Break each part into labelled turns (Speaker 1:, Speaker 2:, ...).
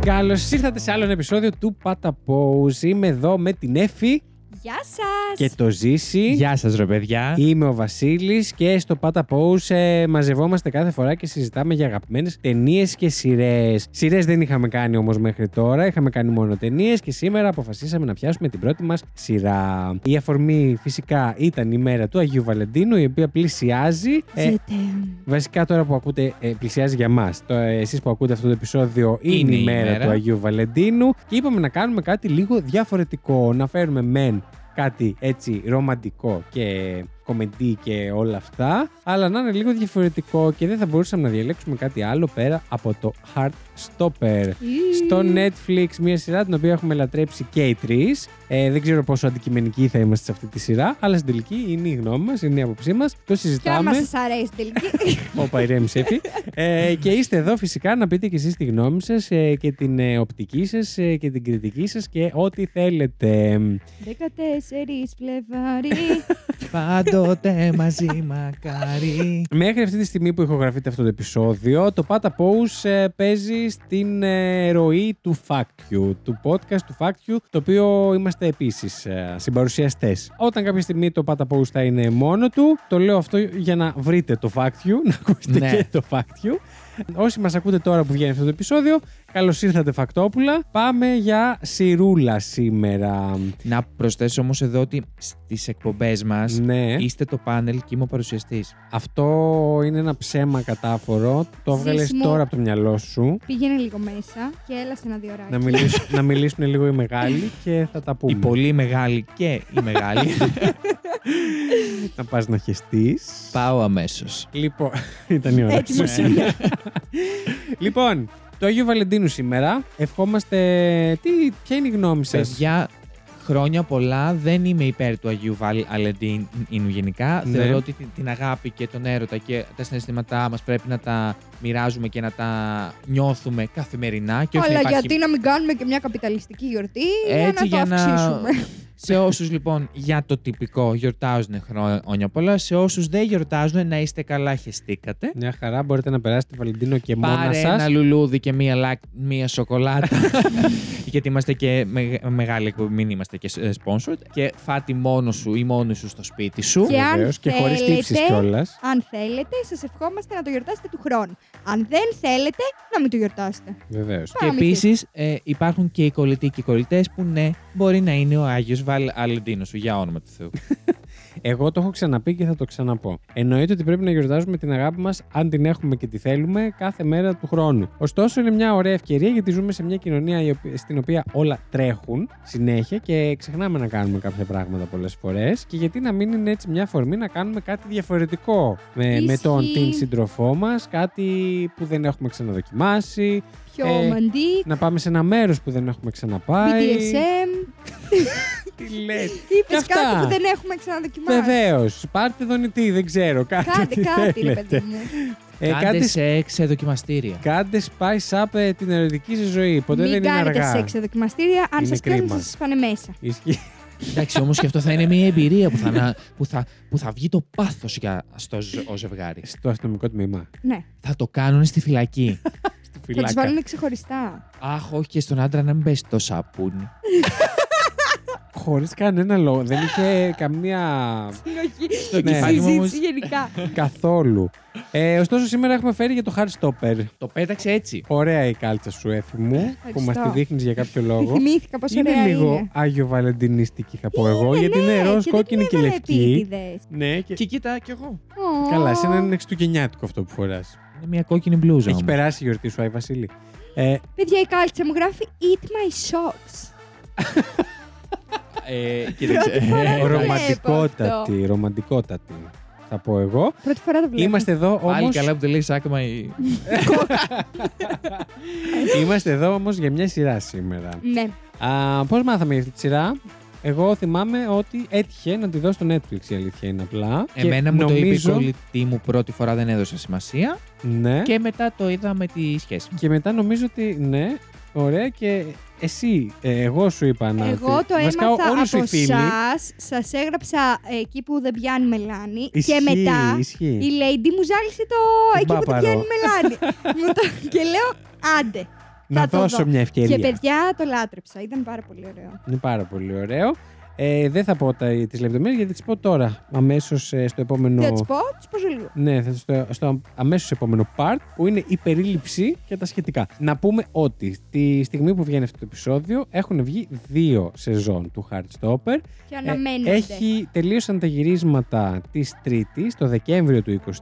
Speaker 1: Καλώς ήρθατε σε άλλο ένα επεισόδιο του Παταπόουζ. Είμαι εδώ με την Εφη
Speaker 2: Γεια σας!
Speaker 1: και το Ζήση.
Speaker 3: Γεια σας, ρε παιδιά.
Speaker 1: Είμαι ο Βασίλης και στο Παταπόουζ ε, μαζευόμαστε κάθε φορά και συζητάμε για αγαπημένες ταινίες και σειρές. Σειρές δεν είχαμε κάνει όμως μέχρι τώρα, είχαμε κάνει μόνο ταινίες και σήμερα αποφασίσαμε να πιάσουμε την πρώτη μας σειρά. Η αφορμή φυσικά ήταν η μέρα του Αγίου Βαλεντίνου, η οποία πλησιάζει. Ε,
Speaker 2: Ζήτε.
Speaker 1: Βασικά τώρα που ακούτε, ε, πλησιάζει για μας. Ε, Εσείς που ακούτε αυτό το επεισόδιο, είναι,
Speaker 3: Είναι
Speaker 1: η
Speaker 3: η
Speaker 1: μέρα
Speaker 3: μέρα.
Speaker 1: του Αγίου Βαλεντίνου και είπαμε να κάνουμε κάτι λίγο διαφορετικό. Να φέρουμε μεν κάτι έτσι ρομαντικό και κομεντή και όλα αυτά, αλλά να είναι λίγο διαφορετικό και δεν θα μπορούσαμε να διαλέξουμε κάτι άλλο πέρα από το Heartstopper. Στο Netflix, μια σειρά την οποία έχουμε λατρέψει και οι τρεις. Ε, δεν ξέρω πόσο αντικειμενικοί θα είμαστε σε αυτή τη σειρά, αλλά στην τελική είναι η γνώμη μας, είναι η άποψή μας. Το
Speaker 2: Και άμα
Speaker 1: συζητάμε.
Speaker 2: σας αρέσει τελική.
Speaker 1: Όπα, ηρέμησε έτσι. ε, και είστε εδώ φυσικά να πείτε και εσείς τη γνώμη σας ε, και την ε, οπτική σας ε, και την κριτική σας και ό,τι θέλετε.
Speaker 2: 14 Φλεβάρι.
Speaker 3: Πάντοτε μαζί, μακάρι.
Speaker 1: Μέχρι αυτή τη στιγμή που ηχογραφείται αυτό το επεισόδιο, το Πάτα Pose ε, παίζεις στην ε, ροή του Fact You, του podcast του Fact You, το οποίο είμαστε επίσης ε, συμπαρουσιαστές. Όταν κάποια στιγμή το Πάτα Pose θα είναι μόνο του, το λέω αυτό για να βρείτε το Fact You, να ακούσετε
Speaker 3: Ναι.
Speaker 1: και το Fact You. Όσοι μας ακούτε τώρα που βγαίνει αυτό το επεισόδιο, καλώς ήρθατε Φακτόπουλα. Πάμε για σιρούλα σήμερα.
Speaker 3: Να προσθέσω όμως εδώ ότι στις εκπομπές μας
Speaker 1: Ναι,
Speaker 3: είστε το πάνελ και είμαι ο παρουσιαστής.
Speaker 1: αυτό είναι ένα ψέμα κατάφορο. Το έβγαλες
Speaker 2: Ζήσιμο.
Speaker 1: τώρα από το μυαλό σου.
Speaker 2: Πήγαινε λίγο μέσα και έλα σε ένα δύο ώρες.
Speaker 1: να, μιλήσουν, να μιλήσουν λίγο οι μεγάλοι και θα τα πούμε.
Speaker 3: Η πολύ μεγάλη και η μεγάλη.
Speaker 1: Να πας να χεστείς.
Speaker 3: Πάω αμέσως.
Speaker 1: Λοιπόν, ήταν η ώρα.
Speaker 2: Έτοιμος
Speaker 1: σου.
Speaker 2: είναι.
Speaker 1: λοιπόν, το Άγιο Βαλεντίνου σήμερα. Ευχόμαστε... Τι, ποια είναι η γνώμη σας.
Speaker 3: Παιδιά, χρόνια πολλά δεν είμαι υπέρ του Αγίου Βάλι Αλεντίνου γενικά.
Speaker 1: Ναι.
Speaker 3: Θεωρώ ότι την- την αγάπη και τον έρωτα και τα συναισθήματά μας πρέπει να τα μοιράζουμε και να τα νιώθουμε καθημερινά. Και όχι να
Speaker 2: Αλλά
Speaker 3: υπάρχει
Speaker 2: γιατί να μην κάνουμε και μια καπιταλιστική γιορτή
Speaker 3: Έτσι,
Speaker 2: για να το αυξήσουμε.
Speaker 3: σε όσους λοιπόν για το τυπικό γιορτάζουν χρόνια πολλά, σε όσους δεν γιορτάζουν να είστε καλά χεστήκατε.
Speaker 1: Μια χαρά, μπορείτε να περάσετε Βαλεντίνο και μόνα
Speaker 3: Πάρε
Speaker 1: σας.
Speaker 3: ένα λουλούδι και μία, λακ, μία σοκολάτα. Γιατί είμαστε και με, μεγάλη εκπομπή, μην είμαστε και ε, sponsored. Και φάτι μόνο σου ή μόνοι σου στο σπίτι σου.
Speaker 2: Και αν
Speaker 1: Βεβαίως, και χωρίς
Speaker 2: θέλετε-
Speaker 1: τύψεις κιόλας.
Speaker 2: Αν θέλετε, σας ευχόμαστε να το γιορτάσετε του χρόνου. Αν δεν θέλετε, να μην το γιορτάσετε.
Speaker 1: Βεβαίως.
Speaker 3: Και
Speaker 2: πάμε εκεί.
Speaker 3: επίση υπάρχουν και οι κολλητοί και οι κολλητές που ναι, μπορεί να είναι ο Άγιος Βαλ Αλεντίνος σου, για όνομα του Θεού.
Speaker 1: Εγώ το έχω ξαναπεί και θα το ξαναπώ. Εννοείται ότι πρέπει να γιορτάζουμε την αγάπη μας, αν την έχουμε και τη θέλουμε, κάθε μέρα του χρόνου. Ωστόσο, είναι μια ωραία ευκαιρία γιατί ζούμε σε μια κοινωνία η οποία- στην οποία όλα τρέχουν συνέχεια και ξεχνάμε να κάνουμε κάποια πράγματα πολλές φορές. Και γιατί να μην είναι έτσι μια αφορμή να κάνουμε κάτι διαφορετικό με, με τον
Speaker 2: Ισχύει.
Speaker 1: την σύντροφό μας, κάτι που δεν έχουμε ξαναδοκιμάσει,
Speaker 2: Πιο
Speaker 1: Ε,
Speaker 2: μαντί,
Speaker 1: να πάμε σε ένα μέρος που δεν έχουμε ξαναπάει.
Speaker 2: BDSM,
Speaker 1: Τι λες.
Speaker 2: είπες
Speaker 1: αυτά.
Speaker 2: κάτι που δεν έχουμε ξαναδοκιμάσει.
Speaker 1: Βεβαίως. Πάρτε δονητή, δεν ξέρω. Κάτι,
Speaker 2: Κάτι,
Speaker 1: τι
Speaker 2: κάτι, ρε
Speaker 1: θέλετε.
Speaker 2: παιδί μου.
Speaker 1: Ε,
Speaker 3: Κάντε
Speaker 1: κάτι
Speaker 3: σεξ σε δοκιμαστήρια.
Speaker 1: Κάντε spice up ε, την ερωτική σας ζωή. Ποτέ
Speaker 2: Μην
Speaker 1: δεν είναι
Speaker 2: κάνετε
Speaker 1: αργά.
Speaker 2: σεξ σε δοκιμαστήρια. Αν
Speaker 1: Είναι
Speaker 2: σας κάνουν,
Speaker 1: κρίμα.
Speaker 2: θα σας πάνε μέσα.
Speaker 1: Ισχύει.
Speaker 3: Εντάξει, όμως και αυτό θα είναι μια εμπειρία που θα, να- που θα, που θα βγει το πάθος στο ζ- ο ζευγάρι.
Speaker 1: Στο αστυνομικό τμήμα.
Speaker 2: Ναι.
Speaker 3: Θα το κάνουν στη φυλακή.
Speaker 1: Στη
Speaker 2: Θα του
Speaker 1: φυλάκα.
Speaker 2: βάλουν ξεχωριστά.
Speaker 3: Αχ, όχι και στον άντρα να μην πέσει το σαπούνι.
Speaker 1: Χωρίς κανένα λόγο. Δεν είχε καμία.
Speaker 2: Συνοχή.
Speaker 3: Στο
Speaker 1: Ναι.
Speaker 3: κεφάλι μου όμως
Speaker 2: Συζήτηση γενικά.
Speaker 1: καθόλου. Ε, ωστόσο, σήμερα έχουμε φέρει για το Hardstopper.
Speaker 3: το πέταξε έτσι.
Speaker 1: Ωραία η κάλτσα σου, έφη μου, που μας τη δείχνεις για κάποιο λόγο.
Speaker 2: Τη θυμήθηκα πόσο
Speaker 1: είναι
Speaker 2: ωραία
Speaker 1: λίγο
Speaker 2: είναι.
Speaker 1: Άγιο Βαλεντινιστική, θα πω εγώ, γιατί
Speaker 2: ναι,
Speaker 1: είναι ροζ,
Speaker 2: και δεν
Speaker 1: κόκκινη
Speaker 2: την
Speaker 1: και
Speaker 2: έβαλε
Speaker 1: λευκή.
Speaker 2: επίτηδες.
Speaker 1: Ναι, και...
Speaker 3: Και κοίτα κι εγώ.
Speaker 2: Ω.
Speaker 1: Καλά, εσένα είναι εξτουγεννιάτικο αυτό που φοράς.
Speaker 3: Είναι μια κόκκινη μπλούζα.
Speaker 1: Έχει
Speaker 3: όμως.
Speaker 1: περάσει η γιορτή σου, Άι Βασίλη. Ε,
Speaker 2: Παιδιά, η κάλτσα μου γράφει Eat my socks.
Speaker 3: Ε, και δεν ξέρω.
Speaker 2: φορά.
Speaker 3: Ε,
Speaker 1: Ναι,
Speaker 3: Ναι,
Speaker 1: ρομαντικότατη, ρομαντικότατη. Θα πω εγώ.
Speaker 2: Πρώτη φορά το βλέπω.
Speaker 1: Είμαστε εδώ
Speaker 3: Πάλι
Speaker 1: όμως,
Speaker 3: καλά που το λέει άκμα η.
Speaker 1: είμαστε εδώ όμως για μια σειρά σήμερα.
Speaker 2: Ναι.
Speaker 1: Α, πώς μάθαμε για αυτή τη σειρά. Εγώ θυμάμαι ότι έτυχε να τη δω στο Netflix η αλήθεια είναι απλά. Και
Speaker 3: Εμένα μου το είπε η
Speaker 1: νομίζω-
Speaker 3: κολλητή μου πρώτη φορά, δεν έδωσε σημασία.
Speaker 1: Ναι. Και...
Speaker 3: Και μετά το είδα με τη σχέση μου.
Speaker 1: μετά νομίζω ότι ναι, ωραία και εσύ, ε, εγώ σου είπα να...
Speaker 2: Εγώ
Speaker 1: τη-
Speaker 2: το
Speaker 1: Βασικά,
Speaker 2: έμαθα
Speaker 1: όλοι σου οι
Speaker 2: από
Speaker 1: φίλοι-
Speaker 2: εσάς. Σας έγραψα ε, εκεί που δεν πιάνει μελάνη.
Speaker 1: Ισχύει,
Speaker 2: Και μετά
Speaker 1: ισχύει.
Speaker 2: η Lady μου ζάλισε το εκεί που δεν
Speaker 1: Μπάπαρο.
Speaker 2: πιάνει μελάνη. Μου το- Και λέω άντε.
Speaker 1: να
Speaker 2: το
Speaker 1: δώσω
Speaker 2: δω.
Speaker 1: μια ευκαιρία.
Speaker 2: Και παιδιά το λάτρεψα. Ήταν πάρα πολύ ωραίο.
Speaker 1: Είναι πάρα πολύ ωραίο. Ε, δεν θα πω τα, τις λεπτομέρειες γιατί τις πω τώρα, αμέσως ε, στο επόμενο...
Speaker 2: Τι θα τη πω, του πω σε λίγο.
Speaker 1: Ναι, θα στο, στο αμέσως επόμενο part που είναι η περίληψη και τα σχετικά. Να πούμε ότι τη στιγμή που βγαίνει αυτό το επεισόδιο έχουν βγει δύο σεζόν του Heartstopper.
Speaker 2: Και
Speaker 1: Ε,
Speaker 2: αναμένετε.
Speaker 1: έχει τελείωσαν τα γυρίσματα της Τρίτης το Δεκέμβριο του 23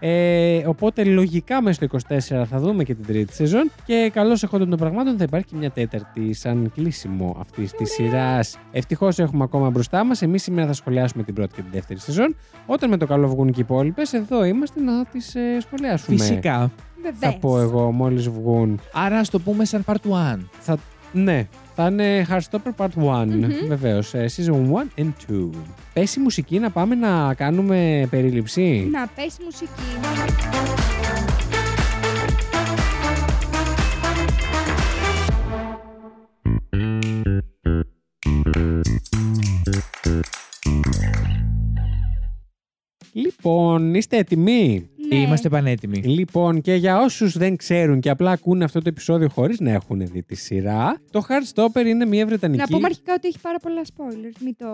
Speaker 1: ε, οπότε λογικά μέσα στο 24 θα δούμε και την τρίτη σεζόν και καλώς εχόντων των πραγμάτων θα υπάρχει και μια τέταρτη σαν κλείσιμο αυτής της σειράς ευτυχώς έχουμε ακόμα μπροστά μας εμείς σήμερα θα σχολιάσουμε την πρώτη και την δεύτερη σεζόν όταν με το καλό βγουν και οι υπόλοιπες, εδώ είμαστε να τις ε, σχολιάσουμε
Speaker 3: Φυσικά.
Speaker 2: Βεβαίως.
Speaker 1: θα πω εγώ μόλις βγουν
Speaker 3: Άρα ας το πούμε σαν part 1.
Speaker 1: θα... Ναι, θα είναι Heartstopper Part 1, βεβαίω. Season 1 and 2. Πέσει μουσική να πάμε να κάνουμε περίληψη.
Speaker 2: Να πέσει μουσική.
Speaker 1: Λοιπόν, είστε έτοιμοι.
Speaker 2: Ναι.
Speaker 3: Είμαστε πανέτοιμοι.
Speaker 1: Λοιπόν, και για όσους δεν ξέρουν και απλά ακούνε αυτό το επεισόδιο χωρίς να έχουν δει τη σειρά, το Heartstopper είναι μια βρετανική.
Speaker 2: Να πούμε αρχικά ότι έχει πάρα πολλά spoilers. Μην το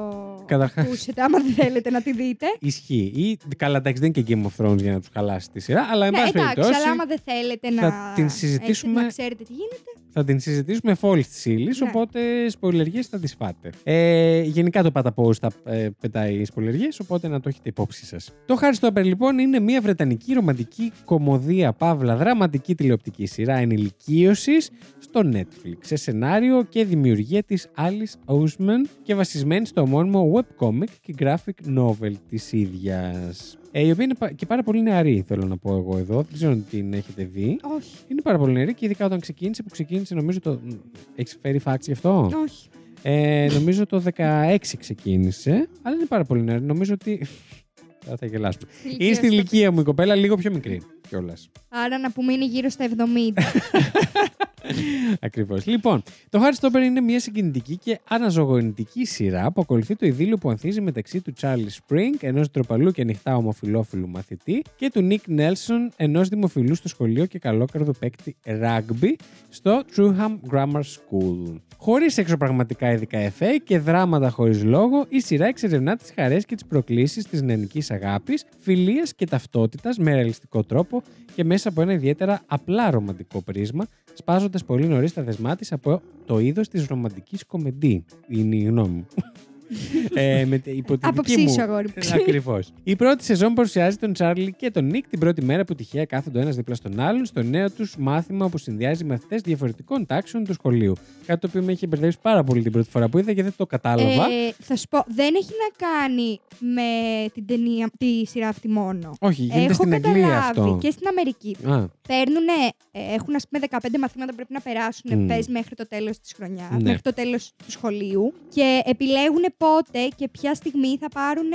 Speaker 1: Καταρχάς-
Speaker 2: ακούσετε, άμα δεν θέλετε να τη δείτε.
Speaker 1: Ισχύει. Ή, καλά, εντάξει, δεν είναι και Game of Thrones για να τους χαλάσει τη σειρά, αλλά εν
Speaker 2: Ναι,
Speaker 1: πάση
Speaker 2: εντάξει,
Speaker 1: περιπτώσει
Speaker 2: αλλά άμα δεν θέλετε να,
Speaker 1: θα την
Speaker 2: έχετε-
Speaker 1: συζητήσουμε-
Speaker 2: να ξέρετε τι γίνεται.
Speaker 1: θα την συζητήσουμε φόλη της ύλης,
Speaker 2: Ναι.
Speaker 1: οπότε σπολιεργίε θα τις φάτε. Ε, γενικά το Πάτα Post τα ε, πετάει σπολιεργίε, οπότε να το έχετε υπόψη σας. Το Hard Stopper λοιπόν είναι μια βρετανική ρομαντική κομμωδία παύλα δραματική τηλεοπτική σειρά ενηλικίωσης στο Netflix σε σενάριο και δημιουργία της Alice Oseman και βασισμένη στο ομώνυμο webcomic και graphic novel της ίδιας. Ε, η οποία είναι πα- και πάρα πολύ νεαρή, θέλω να πω εγώ εδώ. Δεν ξέρω αν την έχετε δει.
Speaker 2: Όχι.
Speaker 1: Είναι πάρα πολύ νερή και ειδικά όταν ξεκίνησε, που ξεκίνησε νομίζω το. Έχεις φέρει φάξη γι' αυτό.
Speaker 2: Όχι.
Speaker 1: Ε, νομίζω το 16 ξεκίνησε, αλλά είναι πάρα πολύ νερή. Νομίζω ότι. Θα τα γελάσουμε. Είναι στην
Speaker 2: στο-
Speaker 1: ηλικία μου η κοπέλα, λίγο πιο μικρή κιόλας.
Speaker 2: Άρα να πούμε είναι γύρω στα 70.
Speaker 1: Ακριβώς. Λοιπόν, το Hardstopper είναι μια συγκινητική και αναζωογονητική σειρά που ακολουθεί το ειδήλιο που ανθίζει μεταξύ του Charlie Spring, ενός ντροπαλού και ανοιχτά ομοφυλόφιλου μαθητή, και του Nick Nelson, ενός δημοφιλού στο σχολείο και καλόκαρδου παίκτη rugby, στο Truham Grammar School. Χωρίς εξωπραγματικά ειδικά εφέ και δράματα χωρίς λόγο, η σειρά εξερευνά τις χαρές και τις προκλήσεις της νεανικής αγάπης, φιλίας και ταυτότητας με ρεαλιστικό τρόπο και μέσα από ένα ιδιαίτερα απλά ρομαντικό πρίσμα, σπάζοντας πολύ νωρίς τα δεσμά της από το είδος της ρομαντικής κομμεντή. Είναι η γνώμη μου. ε, με, τη- υπό τη
Speaker 2: Από
Speaker 1: δική μου-
Speaker 2: ψήσου, αγόρι μου.
Speaker 1: Ακριβώς. Η πρώτη σεζόν παρουσιάζει τον Τσάρλι και τον Νικ την πρώτη μέρα που τυχαία κάθονται ένας δίπλα στον άλλον στο νέο τους μάθημα που συνδυάζει μαθητές διαφορετικών τάξεων του σχολείου. Κάτι το οποίο με είχε μπερδέψει πάρα πολύ την πρώτη φορά που είδα και δεν το κατάλαβα.
Speaker 2: Ε, θα σου πω, δεν έχει να κάνει με την ταινία, τη σειρά αυτή μόνο.
Speaker 1: Όχι, Ε, γίνεται
Speaker 2: Έχω
Speaker 1: στην Αγγλία
Speaker 2: καταλάβει
Speaker 1: αυτό.
Speaker 2: και στην Αμερική.
Speaker 1: Α,
Speaker 2: Παίρνουν, έχουν ας πούμε 15 μαθήματα που πρέπει να περάσουν
Speaker 1: Μμ.
Speaker 2: πες μέχρι το τέλος της χρονιάς,
Speaker 1: Ναι.
Speaker 2: μέχρι το τέλος του σχολείου και επιλέγουν πότε και ποια στιγμή θα πάρουν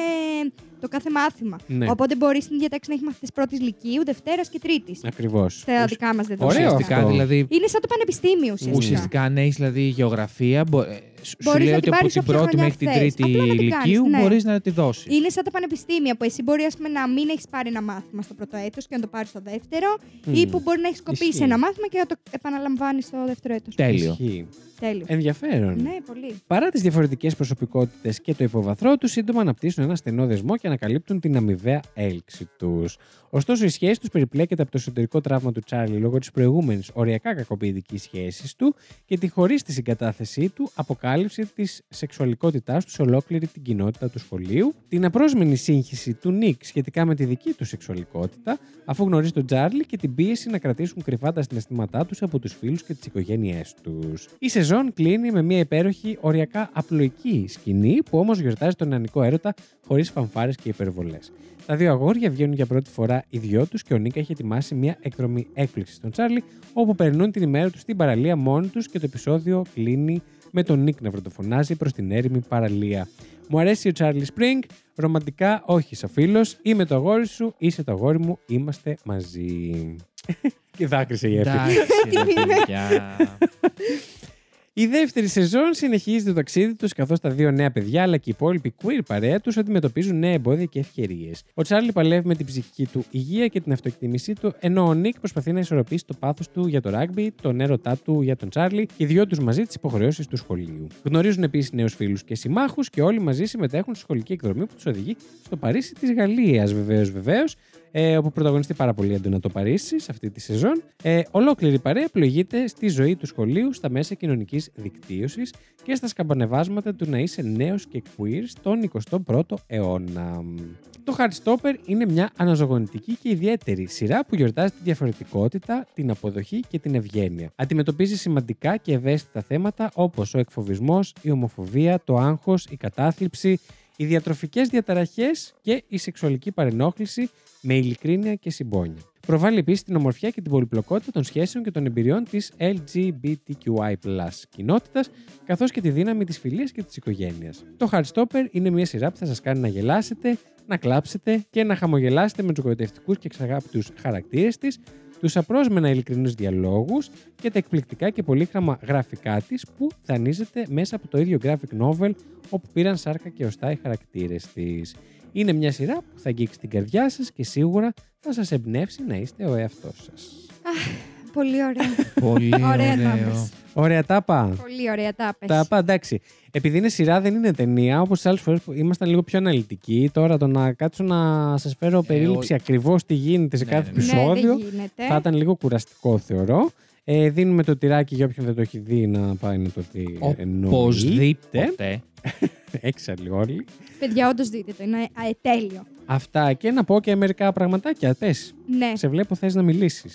Speaker 2: το κάθε μάθημα.
Speaker 1: ναι,
Speaker 2: Οπότε μπορείς στην διατάξη να έχεις μαθητές πρώτης λυκείου, Δευτέρας και Τρίτης.
Speaker 1: ακριβώς.
Speaker 2: Στα δικά μας
Speaker 1: Ε,
Speaker 2: δεδομένα.
Speaker 1: Ωραίο
Speaker 3: Ουσιαστικά,
Speaker 1: αυτό.
Speaker 3: δηλαδή,
Speaker 2: Είναι σαν το πανεπιστήμιο ουσιαστικά.
Speaker 3: ουσιαστικά αν έχεις δηλαδή γεωγραφία, μπο- ε, σου σου
Speaker 2: Μπορείς
Speaker 3: λέει
Speaker 2: να
Speaker 3: ότι
Speaker 2: την
Speaker 3: από
Speaker 2: πάρεις
Speaker 3: την
Speaker 2: όποια
Speaker 3: πρώτη
Speaker 2: χρονιά
Speaker 3: μέχρι την
Speaker 2: θες.
Speaker 3: τρίτη
Speaker 2: Απλά να την κάνεις,
Speaker 3: ηλικίου
Speaker 2: ναι.
Speaker 3: μπορείς να τη δώσεις.
Speaker 2: Είναι σαν τα πανεπιστήμια που εσύ μπορεί ας πούμε, να μην έχεις πάρει ένα μάθημα στο πρώτο έτος και να το πάρεις στο δεύτερο, ή
Speaker 1: Μμ.
Speaker 2: που μπορεί να έχεις κοπήσει
Speaker 1: Ισχύει.
Speaker 2: ένα μάθημα και να το επαναλαμβάνεις στο δεύτερο έτος.
Speaker 3: Τέλειο.
Speaker 1: Ισχύει.
Speaker 2: Τέλειο.
Speaker 1: Ενδιαφέρον.
Speaker 2: Ναι, πολύ.
Speaker 1: Παρά τις διαφορετικές προσωπικότητες και το υποβαθρό τους, σύντομα αναπτύσσουν ένα στενό δεσμό και ανακαλύπτουν την αμοιβαία έλξη τους. Ωστόσο, η σχέση τους περιπλέκεται από το εσωτερικό τραύμα του Τσάρλι λόγω της προηγούμενης οριακά κακοποιητικής σχέσης του και τη χωρίς τη συγκατάθεσή του αποκάλυψη της σεξουαλικότητάς τους σε ολόκληρη την κοινότητα του σχολείου, την απρόσμενη σύγχυση του Νικ σχετικά με τη δική του σεξουαλικότητα, αφού γνωρίζει τον Τσάρλι και την πίεση να κρατήσουν κρυφά τα συναισθήματά τους από τους φίλους και τις οικογένειές τους. Η σεζόν κλείνει με μια υπέροχη, οριακά απλοϊκή σκηνή που όμως γιορτάζει τον νεανικό έρωτα χωρίς φανφάρες και υπερβολές. Τα δύο αγόρια βγαίνουν για πρώτη φορά οι δυο τους και ο Νίκα έχει ετοιμάσει μια εκδρομή έκπληξη στον Τσάρλι, όπου περνούν την ημέρα τους στην παραλία μόνοι τους και το επεισόδιο κλείνει με τον Νίκ να βροντοφωνάζει προς την έρημη παραλία. Μου αρέσει ο Τσάρλι Σπρινγκ, ρομαντικά όχι σαν φίλος, είμαι το αγόρι σου, είσαι το αγόρι μου, είμαστε μαζί. και δάκρυσε η Εφη.
Speaker 3: Εντάξει, ρε
Speaker 2: Τι είναι.
Speaker 3: παιδιά.
Speaker 1: Η δεύτερη σεζόν συνεχίζει το ταξίδι τους καθώς τα δύο νέα παιδιά αλλά και οι υπόλοιποι queer παρέα τους αντιμετωπίζουν νέα εμπόδια και ευκαιρίες. Ο Τσάρλι παλεύει με την ψυχική του υγεία και την αυτοεκτίμησή του, ενώ ο Νίκ προσπαθεί να ισορροπήσει το πάθος του για το ράγμπι, τον έρωτά του για τον Τσάρλι και οι δυο τους μαζί τις υποχρεώσεις του σχολείου. Γνωρίζουν επίσης νέους φίλους και συμμάχους και όλοι μαζί συμμετέχουν στη σχολική εκδρομή που τους οδηγεί στο Παρίσι της Γαλλίας, βεβαίως, βεβαίως, ε, όπου πρωταγωνιστεί πάρα πολύ έντονα το Παρίσι σε αυτή τη σεζόν. Ε, ολόκληρη η παρέα πλοηγείται στη ζωή του σχολείου, στα μέσα κοινωνικής δικτύωσης και στα σκαμπανεβάσματα του να είσαι νέος και queer στον 21ο αιώνα. Το Heartstopper είναι μια αναζωογονητική και ιδιαίτερη σειρά που γιορτάζει τη διαφορετικότητα, την αποδοχή και την ευγένεια. Αντιμετωπίζει σημαντικά και ευαίσθητα θέματα όπως ο εκφοβισμός, η ομοφοβία, το άγχος, η κατάθλιψη, οι διατροφικές διαταραχές και η σεξουαλική παρενόχληση με ειλικρίνεια και συμπόνια. Προβάλλει επίσης την ομορφιά και την πολυπλοκότητα των σχέσεων και των εμπειριών της LGBTQI κοινότητας, καθώς και τη δύναμη της φιλίας και της οικογένειας. Το Heartstopper είναι μια σειρά που θα σας κάνει να γελάσετε, να κλάψετε και να χαμογελάσετε με τους γοητευτικούς και εξαγάπητου χαρακτήρες της, τους απρόσμενα ειλικρινούς διαλόγους και τα εκπληκτικά και πολύχρωμα γραφικά της που δανείζεται μέσα από το ίδιο graphic novel όπου πήραν σάρκα και οστά οι χαρακτήρες της. Είναι μια σειρά που θα αγγίξει την καρδιά σας και σίγουρα θα σας εμπνεύσει να είστε ο εαυτός σας.
Speaker 2: Πολύ ωραία. Ε,
Speaker 3: Πολύ
Speaker 2: Ωραία τα
Speaker 3: ωραίο.
Speaker 2: είπες.
Speaker 1: Ωραία τάπα.
Speaker 2: Πολύ ωραία τα είπες.
Speaker 1: Τα είπα, εντάξει. Επειδή είναι σειρά, δεν είναι ταινία. Όπως άλλες φορές που ήμασταν λίγο πιο αναλυτικοί, τώρα το να κάτσω να σας φέρω περίληψη
Speaker 3: ο-
Speaker 1: ακριβώς τι γίνεται σε
Speaker 3: Ε, Ναι,
Speaker 1: κάθε
Speaker 3: ναι, ναι.
Speaker 1: επεισόδιο.
Speaker 2: Ναι, δεν γίνεται.
Speaker 1: Θα ήταν λίγο κουραστικό, θεωρώ. Ε, δίνουμε το τυράκι για όποιον δεν το έχει δει να πάει να το δει. εννοείται.
Speaker 3: Οπωσδήποτε.
Speaker 1: Έξαλλοι όλοι.
Speaker 2: Παιδιά, όντως δείτε το. Είναι α, ε, τέλειο.
Speaker 1: Αυτά και να πω και μερικά πραγματάκια. Πες,
Speaker 2: Ναι.
Speaker 1: σε βλέπω θες να μιλήσεις.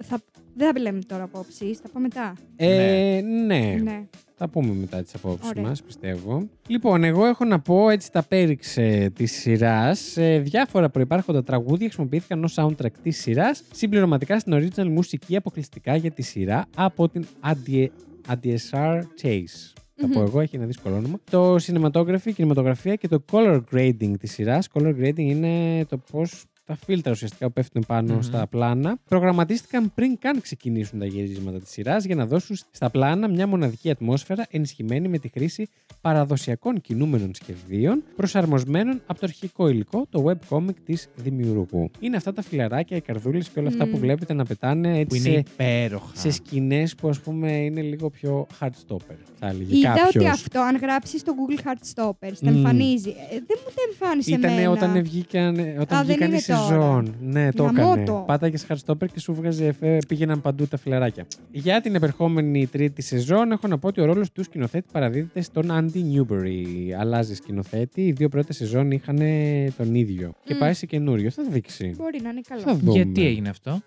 Speaker 2: Θα... Δεν θα λέμε τώρα απόψει, θα πω μετά.
Speaker 1: Ε, ναι.
Speaker 2: Ναι.
Speaker 1: Θα πούμε μετά τις απόψεις
Speaker 2: Ωραία.
Speaker 1: μας, πιστεύω. Λοιπόν, εγώ έχω να πω έτσι τα πέριξε της σειράς. Ε, διάφορα προϋπάρχοντα τραγούδια χρησιμοποιήθηκαν ως soundtrack της σειράς, συμπληρωματικά στην original μουσική αποκλειστικά για τη σειρά από την ADE ADSR Chase. Θα πω
Speaker 2: Μμμ.
Speaker 1: εγώ, έχει ένα δύσκολο όνομα. Το cinematography, κινηματογραφία και το color grading της σειράς. Color grading είναι το πώς τα φίλτρα ουσιαστικά που πέφτουν πάνω
Speaker 3: Μμμ.
Speaker 1: στα πλάνα προγραμματίστηκαν πριν καν ξεκινήσουν τα γυρίσματα της σειράς για να δώσουν στα πλάνα μια μοναδική ατμόσφαιρα ενισχυμένη με τη χρήση παραδοσιακών κινούμενων σχεδίων προσαρμοσμένων από το αρχικό υλικό, το webcomic της δημιουργού. Είναι αυτά τα φιλαράκια, οι καρδούλες και όλα αυτά
Speaker 2: Μμμ.
Speaker 1: που βλέπετε να πετάνε
Speaker 3: Που
Speaker 1: έτσι
Speaker 3: είναι
Speaker 1: σε,
Speaker 3: υπέροχα.
Speaker 1: σε σκηνές που ας πούμε είναι λίγο πιο hardstopper, θα έλεγε
Speaker 2: Είδα ότι
Speaker 1: κάποιος.
Speaker 2: αυτό, αν γράψεις στο Google Heartstoppers, τα
Speaker 1: Μμμ.
Speaker 2: εμφανίζει. Ε, δεν μου τα εμφάνισε
Speaker 1: Ήταν
Speaker 2: εμένα.
Speaker 1: όταν βγήκαν, ε, όταν
Speaker 2: Α, δεν
Speaker 1: βγήκαν οι
Speaker 2: είναι τώρα.
Speaker 1: σεζόν. Ναι, το
Speaker 2: Γαμώτο.
Speaker 1: έκανε. Πάταγε χαρτόπερ και σου βγάζε, ε, πήγαιναν παντού τα φιλαράκια. Για την επερχόμενη τρίτη σεζόν, έχω να πω ότι ο ρόλος του σκηνοθέτη παραδίδεται στον Andy Newberry. Αλλάζει σκηνοθέτη. Οι δύο πρώτες σεζόν είχαν τον ίδιο. Και
Speaker 2: Μμ.
Speaker 1: πάει σε καινούριο. Θα δείξει.
Speaker 2: Μπορεί να είναι καλό.
Speaker 1: Θα δούμε.
Speaker 3: Γιατί έγινε αυτό.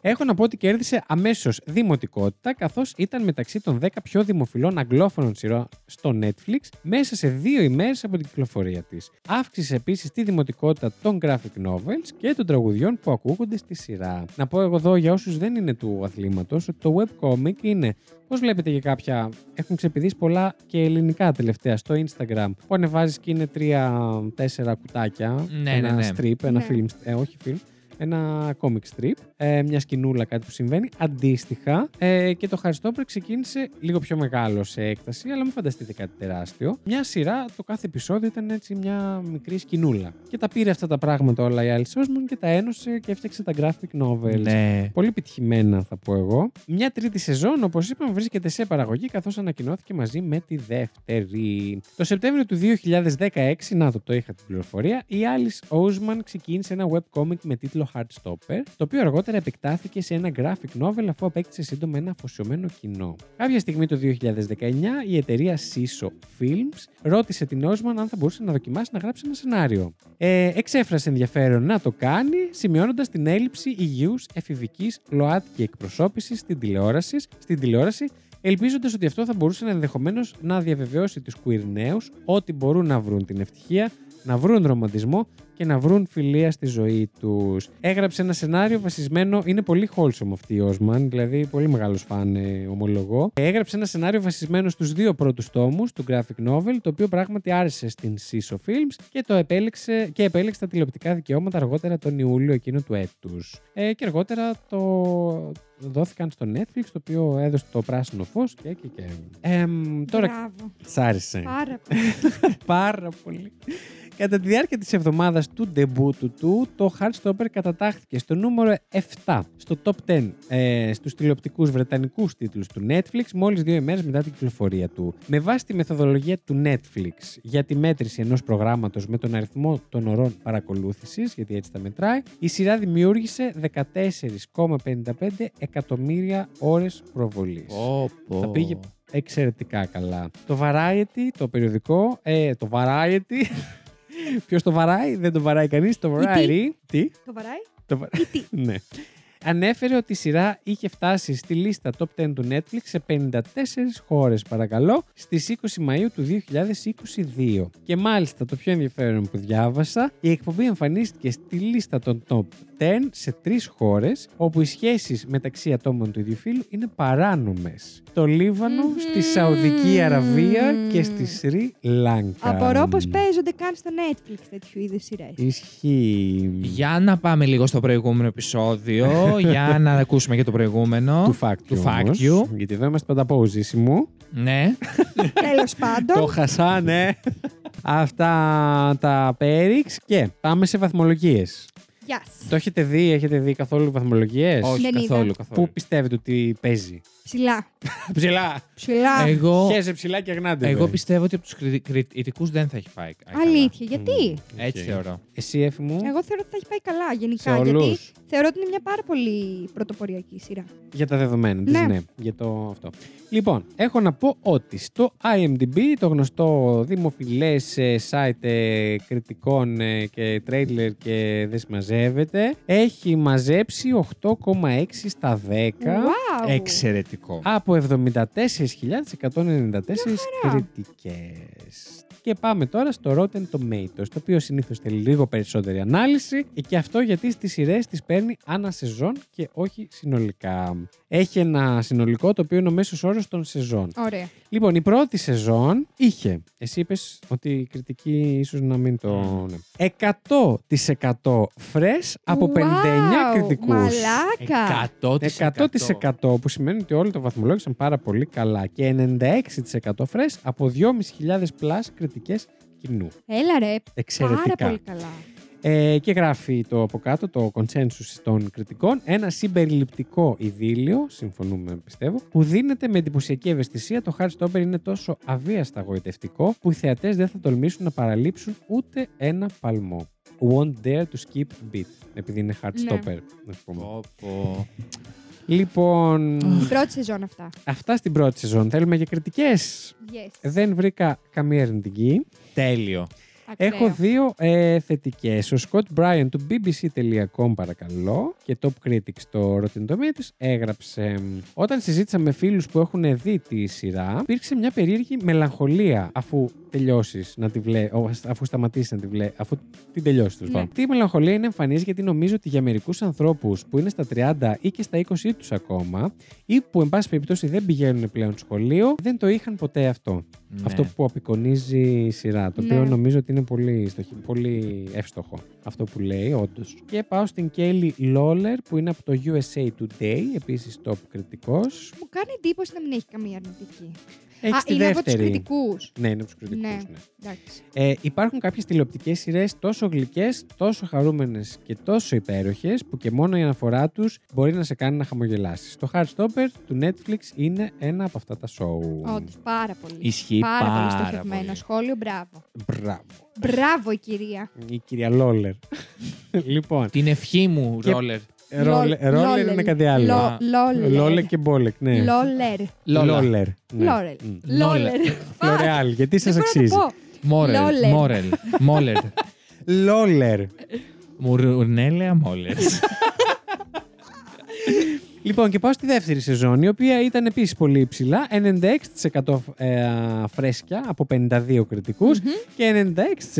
Speaker 1: Έχω να πω ότι κέρδισε αμέσως δημοτικότητα, καθώς ήταν μεταξύ των 10 πιο δημοφιλών αγγλόφωνων σειρών στο Netflix μέσα σε δύο ημέρες από την κυκλοφορία της. Αύξησε επίσης τη δημοτικότητα των graphic novels και των τραγουδιών που ακούγονται στη σειρά. Να πω εγώ εδώ για όσους δεν είναι του αθλήματος ότι το webcomic είναι. Πώς βλέπετε για κάποια. Έχουν ξεπηδήσει πολλά και ελληνικά τελευταία στο Instagram που ανεβάζεις και είναι τρία-τέσσερα κουτάκια.
Speaker 3: Ναι,
Speaker 1: ένα
Speaker 3: ναι, ναι.
Speaker 1: strip, ένα
Speaker 2: Ναι.
Speaker 1: film. Ε, όχι film ένα comic strip, ε, μια σκηνούλα, κάτι που συμβαίνει, αντίστοιχα. Ε, και το Χαριστόπρε ξεκίνησε λίγο πιο μεγάλο σε έκταση, αλλά μην φανταστείτε κάτι τεράστιο. Μια σειρά, το κάθε επεισόδιο ήταν έτσι μια μικρή σκηνούλα. Και τα πήρε αυτά τα πράγματα όλα η Άλλη Σόσμον και τα ένωσε και έφτιαξε τα graphic novels.
Speaker 3: Ναι.
Speaker 1: Πολύ επιτυχημένα θα πω εγώ. Μια τρίτη σεζόν, όπως είπαμε, βρίσκεται σε παραγωγή καθώς ανακοινώθηκε μαζί με τη δεύτερη. Το Σεπτέμβριο του 2016, να το, το είχα την πληροφορία, η Alice Oseman ξεκίνησε ένα webcomic με τίτλο Heartstopper, το οποίο αργότερα επεκτάθηκε σε ένα graphic novel αφού απέκτησε σύντομα ένα αφοσιωμένο κοινό. Κάποια στιγμή το 2019, η εταιρεία Siso Films ρώτησε την Oseman αν θα μπορούσε να δοκιμάσει να γράψει ένα σενάριο. Ε, εξέφρασε ενδιαφέρον να το κάνει, σημειώνοντας την έλλειψη υγιούς εφηβικής ΛΟΑΤΚΙ εκπροσώπησης στην τηλεόραση, στην τηλεόραση ελπίζοντας ότι αυτό θα μπορούσε να ενδεχομένως να διαβεβαιώσει τους queer νέους ότι μπορούν να βρουν την ευτυχία, να βρουν ρομαντισμό και να βρουν φιλία στη ζωή τους. Έγραψε ένα σενάριο βασισμένο. Είναι πολύ wholesome αυτή η Όσμαν, δηλαδή πολύ μεγάλος φαν, ε, ομολογώ. Έγραψε ένα σενάριο βασισμένο στους δύο πρώτους τόμους του graphic novel, το οποίο πράγματι άρεσε στην CISO Films και, το επέλεξε, και επέλεξε τα τηλεοπτικά δικαιώματα αργότερα τον Ιούλιο εκείνου του έτους. Ε, και αργότερα το, δόθηκαν στο Netflix, το οποίο έδωσε το πράσινο φως και και και. Εμ, τώρα Ναι.
Speaker 2: Μπράβο.
Speaker 1: σ' άρεσε.
Speaker 2: Πάρα πολύ.
Speaker 1: Πάρα πολύ. Κατά τη διάρκεια της εβδομάδας του ντεμπούτου του, το Heartstopper κατατάχθηκε στο νούμερο 7 στο top 10 ε, στους τηλεοπτικούς βρετανικούς τίτλους του Netflix μόλις δύο ημέρες μετά την κυκλοφορία του. Με βάση τη μεθοδολογία του Netflix για τη μέτρηση ενός προγράμματος με τον αριθμό των ωρών παρακολούθησης, γιατί έτσι τα μετράει, η σειρά δημιούργησε 14,55 εκατομμύρια ώρες προβολής.
Speaker 3: Πω, πω.
Speaker 1: Θα πήγε εξαιρετικά καλά. Το Variety, το περιοδικό, ε, το Variety. Ποιος το βαράει, δεν το βαράει κανείς. Το
Speaker 2: τι?
Speaker 1: Variety. Τι.
Speaker 2: Το βαράει.
Speaker 1: Το... βα-
Speaker 2: Ή τι.
Speaker 1: ναι. Ανέφερε ότι η σειρά είχε φτάσει στη λίστα top 10 του Netflix σε 54 χώρες παρακαλώ στις 20 Μαΐου του 2022. Και μάλιστα το πιο ενδιαφέρον που διάβασα, η εκπομπή εμφανίστηκε στη λίστα των top 10 σε τρεις χώρες όπου οι σχέσεις μεταξύ ατόμων του ίδιου φύλου είναι παράνομες. Το λιβανο
Speaker 2: Μμμ.
Speaker 1: στη Σαουδική Αραβία και στη Σρι Λάνκα.
Speaker 2: Απορώ πως παίζονται καν στο Netflix τέτοιου είδους σειρές.
Speaker 1: Ισχύει.
Speaker 3: Για να πάμε λίγο στο προηγούμενο επεισόδιο, για να ακούσουμε και το προηγούμενο.
Speaker 1: Του fact
Speaker 3: Του
Speaker 1: you
Speaker 3: fact
Speaker 1: όμως,
Speaker 3: you.
Speaker 1: Γιατί εδώ είμαστε πάντα από ζήσιμο.
Speaker 3: ναι.
Speaker 2: Τέλος
Speaker 1: Ε, Το
Speaker 2: πάντων.
Speaker 1: χασά, ναι. Αυτά τα πέριξ και πάμε σε βαθμολογίες.
Speaker 2: Γεια
Speaker 1: Το έχετε δει, έχετε δει καθόλου βαθμολογίες.
Speaker 3: Όχι,
Speaker 2: Δεν είδα.
Speaker 3: καθόλου, καθόλου.
Speaker 1: Πού πιστεύετε ότι παίζει.
Speaker 2: Ψηλά.
Speaker 1: Ψηλά.
Speaker 2: Ψηλά.
Speaker 3: Εγώ,
Speaker 1: Χέσε ψηλά και αγνάτε.
Speaker 3: εγώ πιστεύω ότι από τους κριτικούς δεν θα έχει πάει. καλά.
Speaker 2: Αλήθεια. Γιατί.
Speaker 3: Έτσι θεωρώ.
Speaker 1: Εσύ, έφη μου,
Speaker 2: Εγώ θεωρώ ότι θα έχει πάει καλά
Speaker 1: Ε? σε
Speaker 2: γενικά. Γιατί
Speaker 1: όλους.
Speaker 2: θεωρώ ότι είναι μια πάρα πολύ πρωτοποριακή σειρά.
Speaker 1: Για τα δεδομένα της, ναι.
Speaker 2: Ναι.
Speaker 1: Για το αυτό. Λοιπόν, έχω να πω ότι στο IMDb, το γνωστό δημοφιλές ε, site ε, κριτικών ε, και τρέιλερ και δεν συμμαζεύεται, έχει μαζέψει 8,6 στα 10
Speaker 2: Wow.
Speaker 3: Εξαιρετικό.
Speaker 1: από 74.194 κριτικές. Και πάμε τώρα στο Rotten Tomatoes, το οποίο συνήθως θέλει λίγο περισσότερη ανάλυση και αυτό γιατί στις σειρές τις παίρνει ανά σεζόν και όχι συνολικά. Έχει ένα συνολικό το οποίο είναι ο μέσος όρος των σεζόν.
Speaker 2: Ωραία.
Speaker 1: Λοιπόν, η πρώτη σεζόν είχε. Εσύ είπες ότι η κριτική ίσως να μην το. Ναι. 100% fresh από 59
Speaker 2: Wow,
Speaker 1: κριτικού. Ε,
Speaker 2: Μαλάκα.
Speaker 3: 100%.
Speaker 1: 100% που σημαίνει ότι όλοι το βαθμολόγησαν πάρα πολύ καλά και 96% fresh από 2.500 plus κριτικές κοινού.
Speaker 2: Έλα ρε.
Speaker 1: Εξαιρετικά.
Speaker 2: Πάρα πολύ καλά.
Speaker 1: Ε, και γράφει το από κάτω το consensus των κριτικών. Ένα συμπεριληπτικό ειδήλιο, συμφωνούμε πιστεύω, που δίνεται με εντυπωσιακή ευαισθησία. Το Heartstopper είναι τόσο αβίαστα αγωγητευτικό που οι θεατές δεν θα τολμήσουν να παραλείψουν ούτε ένα παλμό. Won't dare to skip a beat. Επειδή είναι
Speaker 2: Ναι.
Speaker 1: Heartstopper, να σου πούμε.
Speaker 3: Πω, πω.
Speaker 1: Λοιπόν,
Speaker 2: Η πρώτη σεζόν αυτά.
Speaker 1: αυτά στην πρώτη σεζόν. Θέλουμε και κριτικές.
Speaker 2: Yes.
Speaker 1: Δεν βρήκα καμία αρνητική.
Speaker 3: Τέλειο.
Speaker 2: Ακραίο.
Speaker 1: Έχω δύο ε, θετικές. Ο Scott Bryan του bbc.com παρακαλώ και Top Critic στο Rotten Tomatoes έγραψε «Όταν συζήτησα με φίλους που έχουν δει τη σειρά, υπήρξε μια περίεργη μελαγχολία αφού τελειώσεις να τη βλέ... ο, αφού σταματήσεις να τη βλέ... αφού την τελειώσεις τέλος
Speaker 2: Ναι.
Speaker 1: πάντων. Αυτή η μελαγχολία είναι εμφανής γιατί νομίζω ότι για μερικούς ανθρώπους που είναι στα 30 ή και στα 20 τους ακόμα ή που εν πάση περιπτώσει δεν πηγαίνουν πλέον σχολείο, δεν το είχαν ποτέ αυτό
Speaker 3: Ναι.
Speaker 1: αυτό που απεικονίζει η σειρά. Το
Speaker 2: Ναι.
Speaker 1: οποίο νομίζω ότι είναι πολύ, στοχη- πολύ εύστοχο αυτό που λέει, όντως. Και πάω στην Κέιλι Λόλερ που είναι από το USA Today, επίσης top κριτικός.
Speaker 2: Μου κάνει εντύπωση να μην έχει καμία αρνητική.
Speaker 1: Έχει
Speaker 2: Α,
Speaker 1: τη
Speaker 2: είναι από τους
Speaker 1: δεύτερη.
Speaker 2: κριτικούς.
Speaker 1: Ναι, είναι από τους κριτικούς.
Speaker 2: Ναι.
Speaker 1: Ναι.
Speaker 2: Εντάξει.
Speaker 1: Ε, υπάρχουν κάποιες τηλεοπτικές σειρές τόσο γλυκές, τόσο χαρούμενες και τόσο υπέροχες που και μόνο η αναφορά τους μπορεί να σε κάνει να χαμογελάσεις. Το Heartstopper του Netflix είναι ένα από αυτά τα σοου.
Speaker 2: Όντω, πάρα πολύ.
Speaker 3: Ισχύει
Speaker 2: πάρα, πολύ
Speaker 3: πάρα
Speaker 2: στοχευμένο
Speaker 3: πολύ.
Speaker 2: σχόλιο. Μπράβο.
Speaker 1: Μπράβο.
Speaker 2: Μπράβο, η κυρία.
Speaker 1: Η κυρία Λόλερ. λοιπόν.
Speaker 3: Την ευχή μου,
Speaker 1: Και-
Speaker 3: ρόλερ.
Speaker 1: Ρόλε,
Speaker 2: Λολ-
Speaker 1: ρόλερ είναι κάτι άλλο.
Speaker 2: Λο- Λόλερ.
Speaker 1: Λόλε και μπόλεκ, ναι.
Speaker 2: Λόλερ.
Speaker 3: Λόλα.
Speaker 1: Λόλερ. ναι.
Speaker 2: Λόρελ.
Speaker 1: Μ.
Speaker 2: Λόλερ. Φα,
Speaker 1: Λορεάλ, γιατί
Speaker 2: Δεν
Speaker 1: σα
Speaker 2: μπορώ να
Speaker 1: αξίζει.
Speaker 2: το πω.
Speaker 3: Μόρελ.
Speaker 2: Λόλερ.
Speaker 3: Μόρελ. Μόλερ.
Speaker 1: Λόλερ.
Speaker 3: Μουρνέλεα Μόλερ.
Speaker 1: Λοιπόν, και πάω στη δεύτερη σεζόν, η οποία ήταν επίσης πολύ υψηλά. 96% ε, φρέσκια από 52 κριτικου και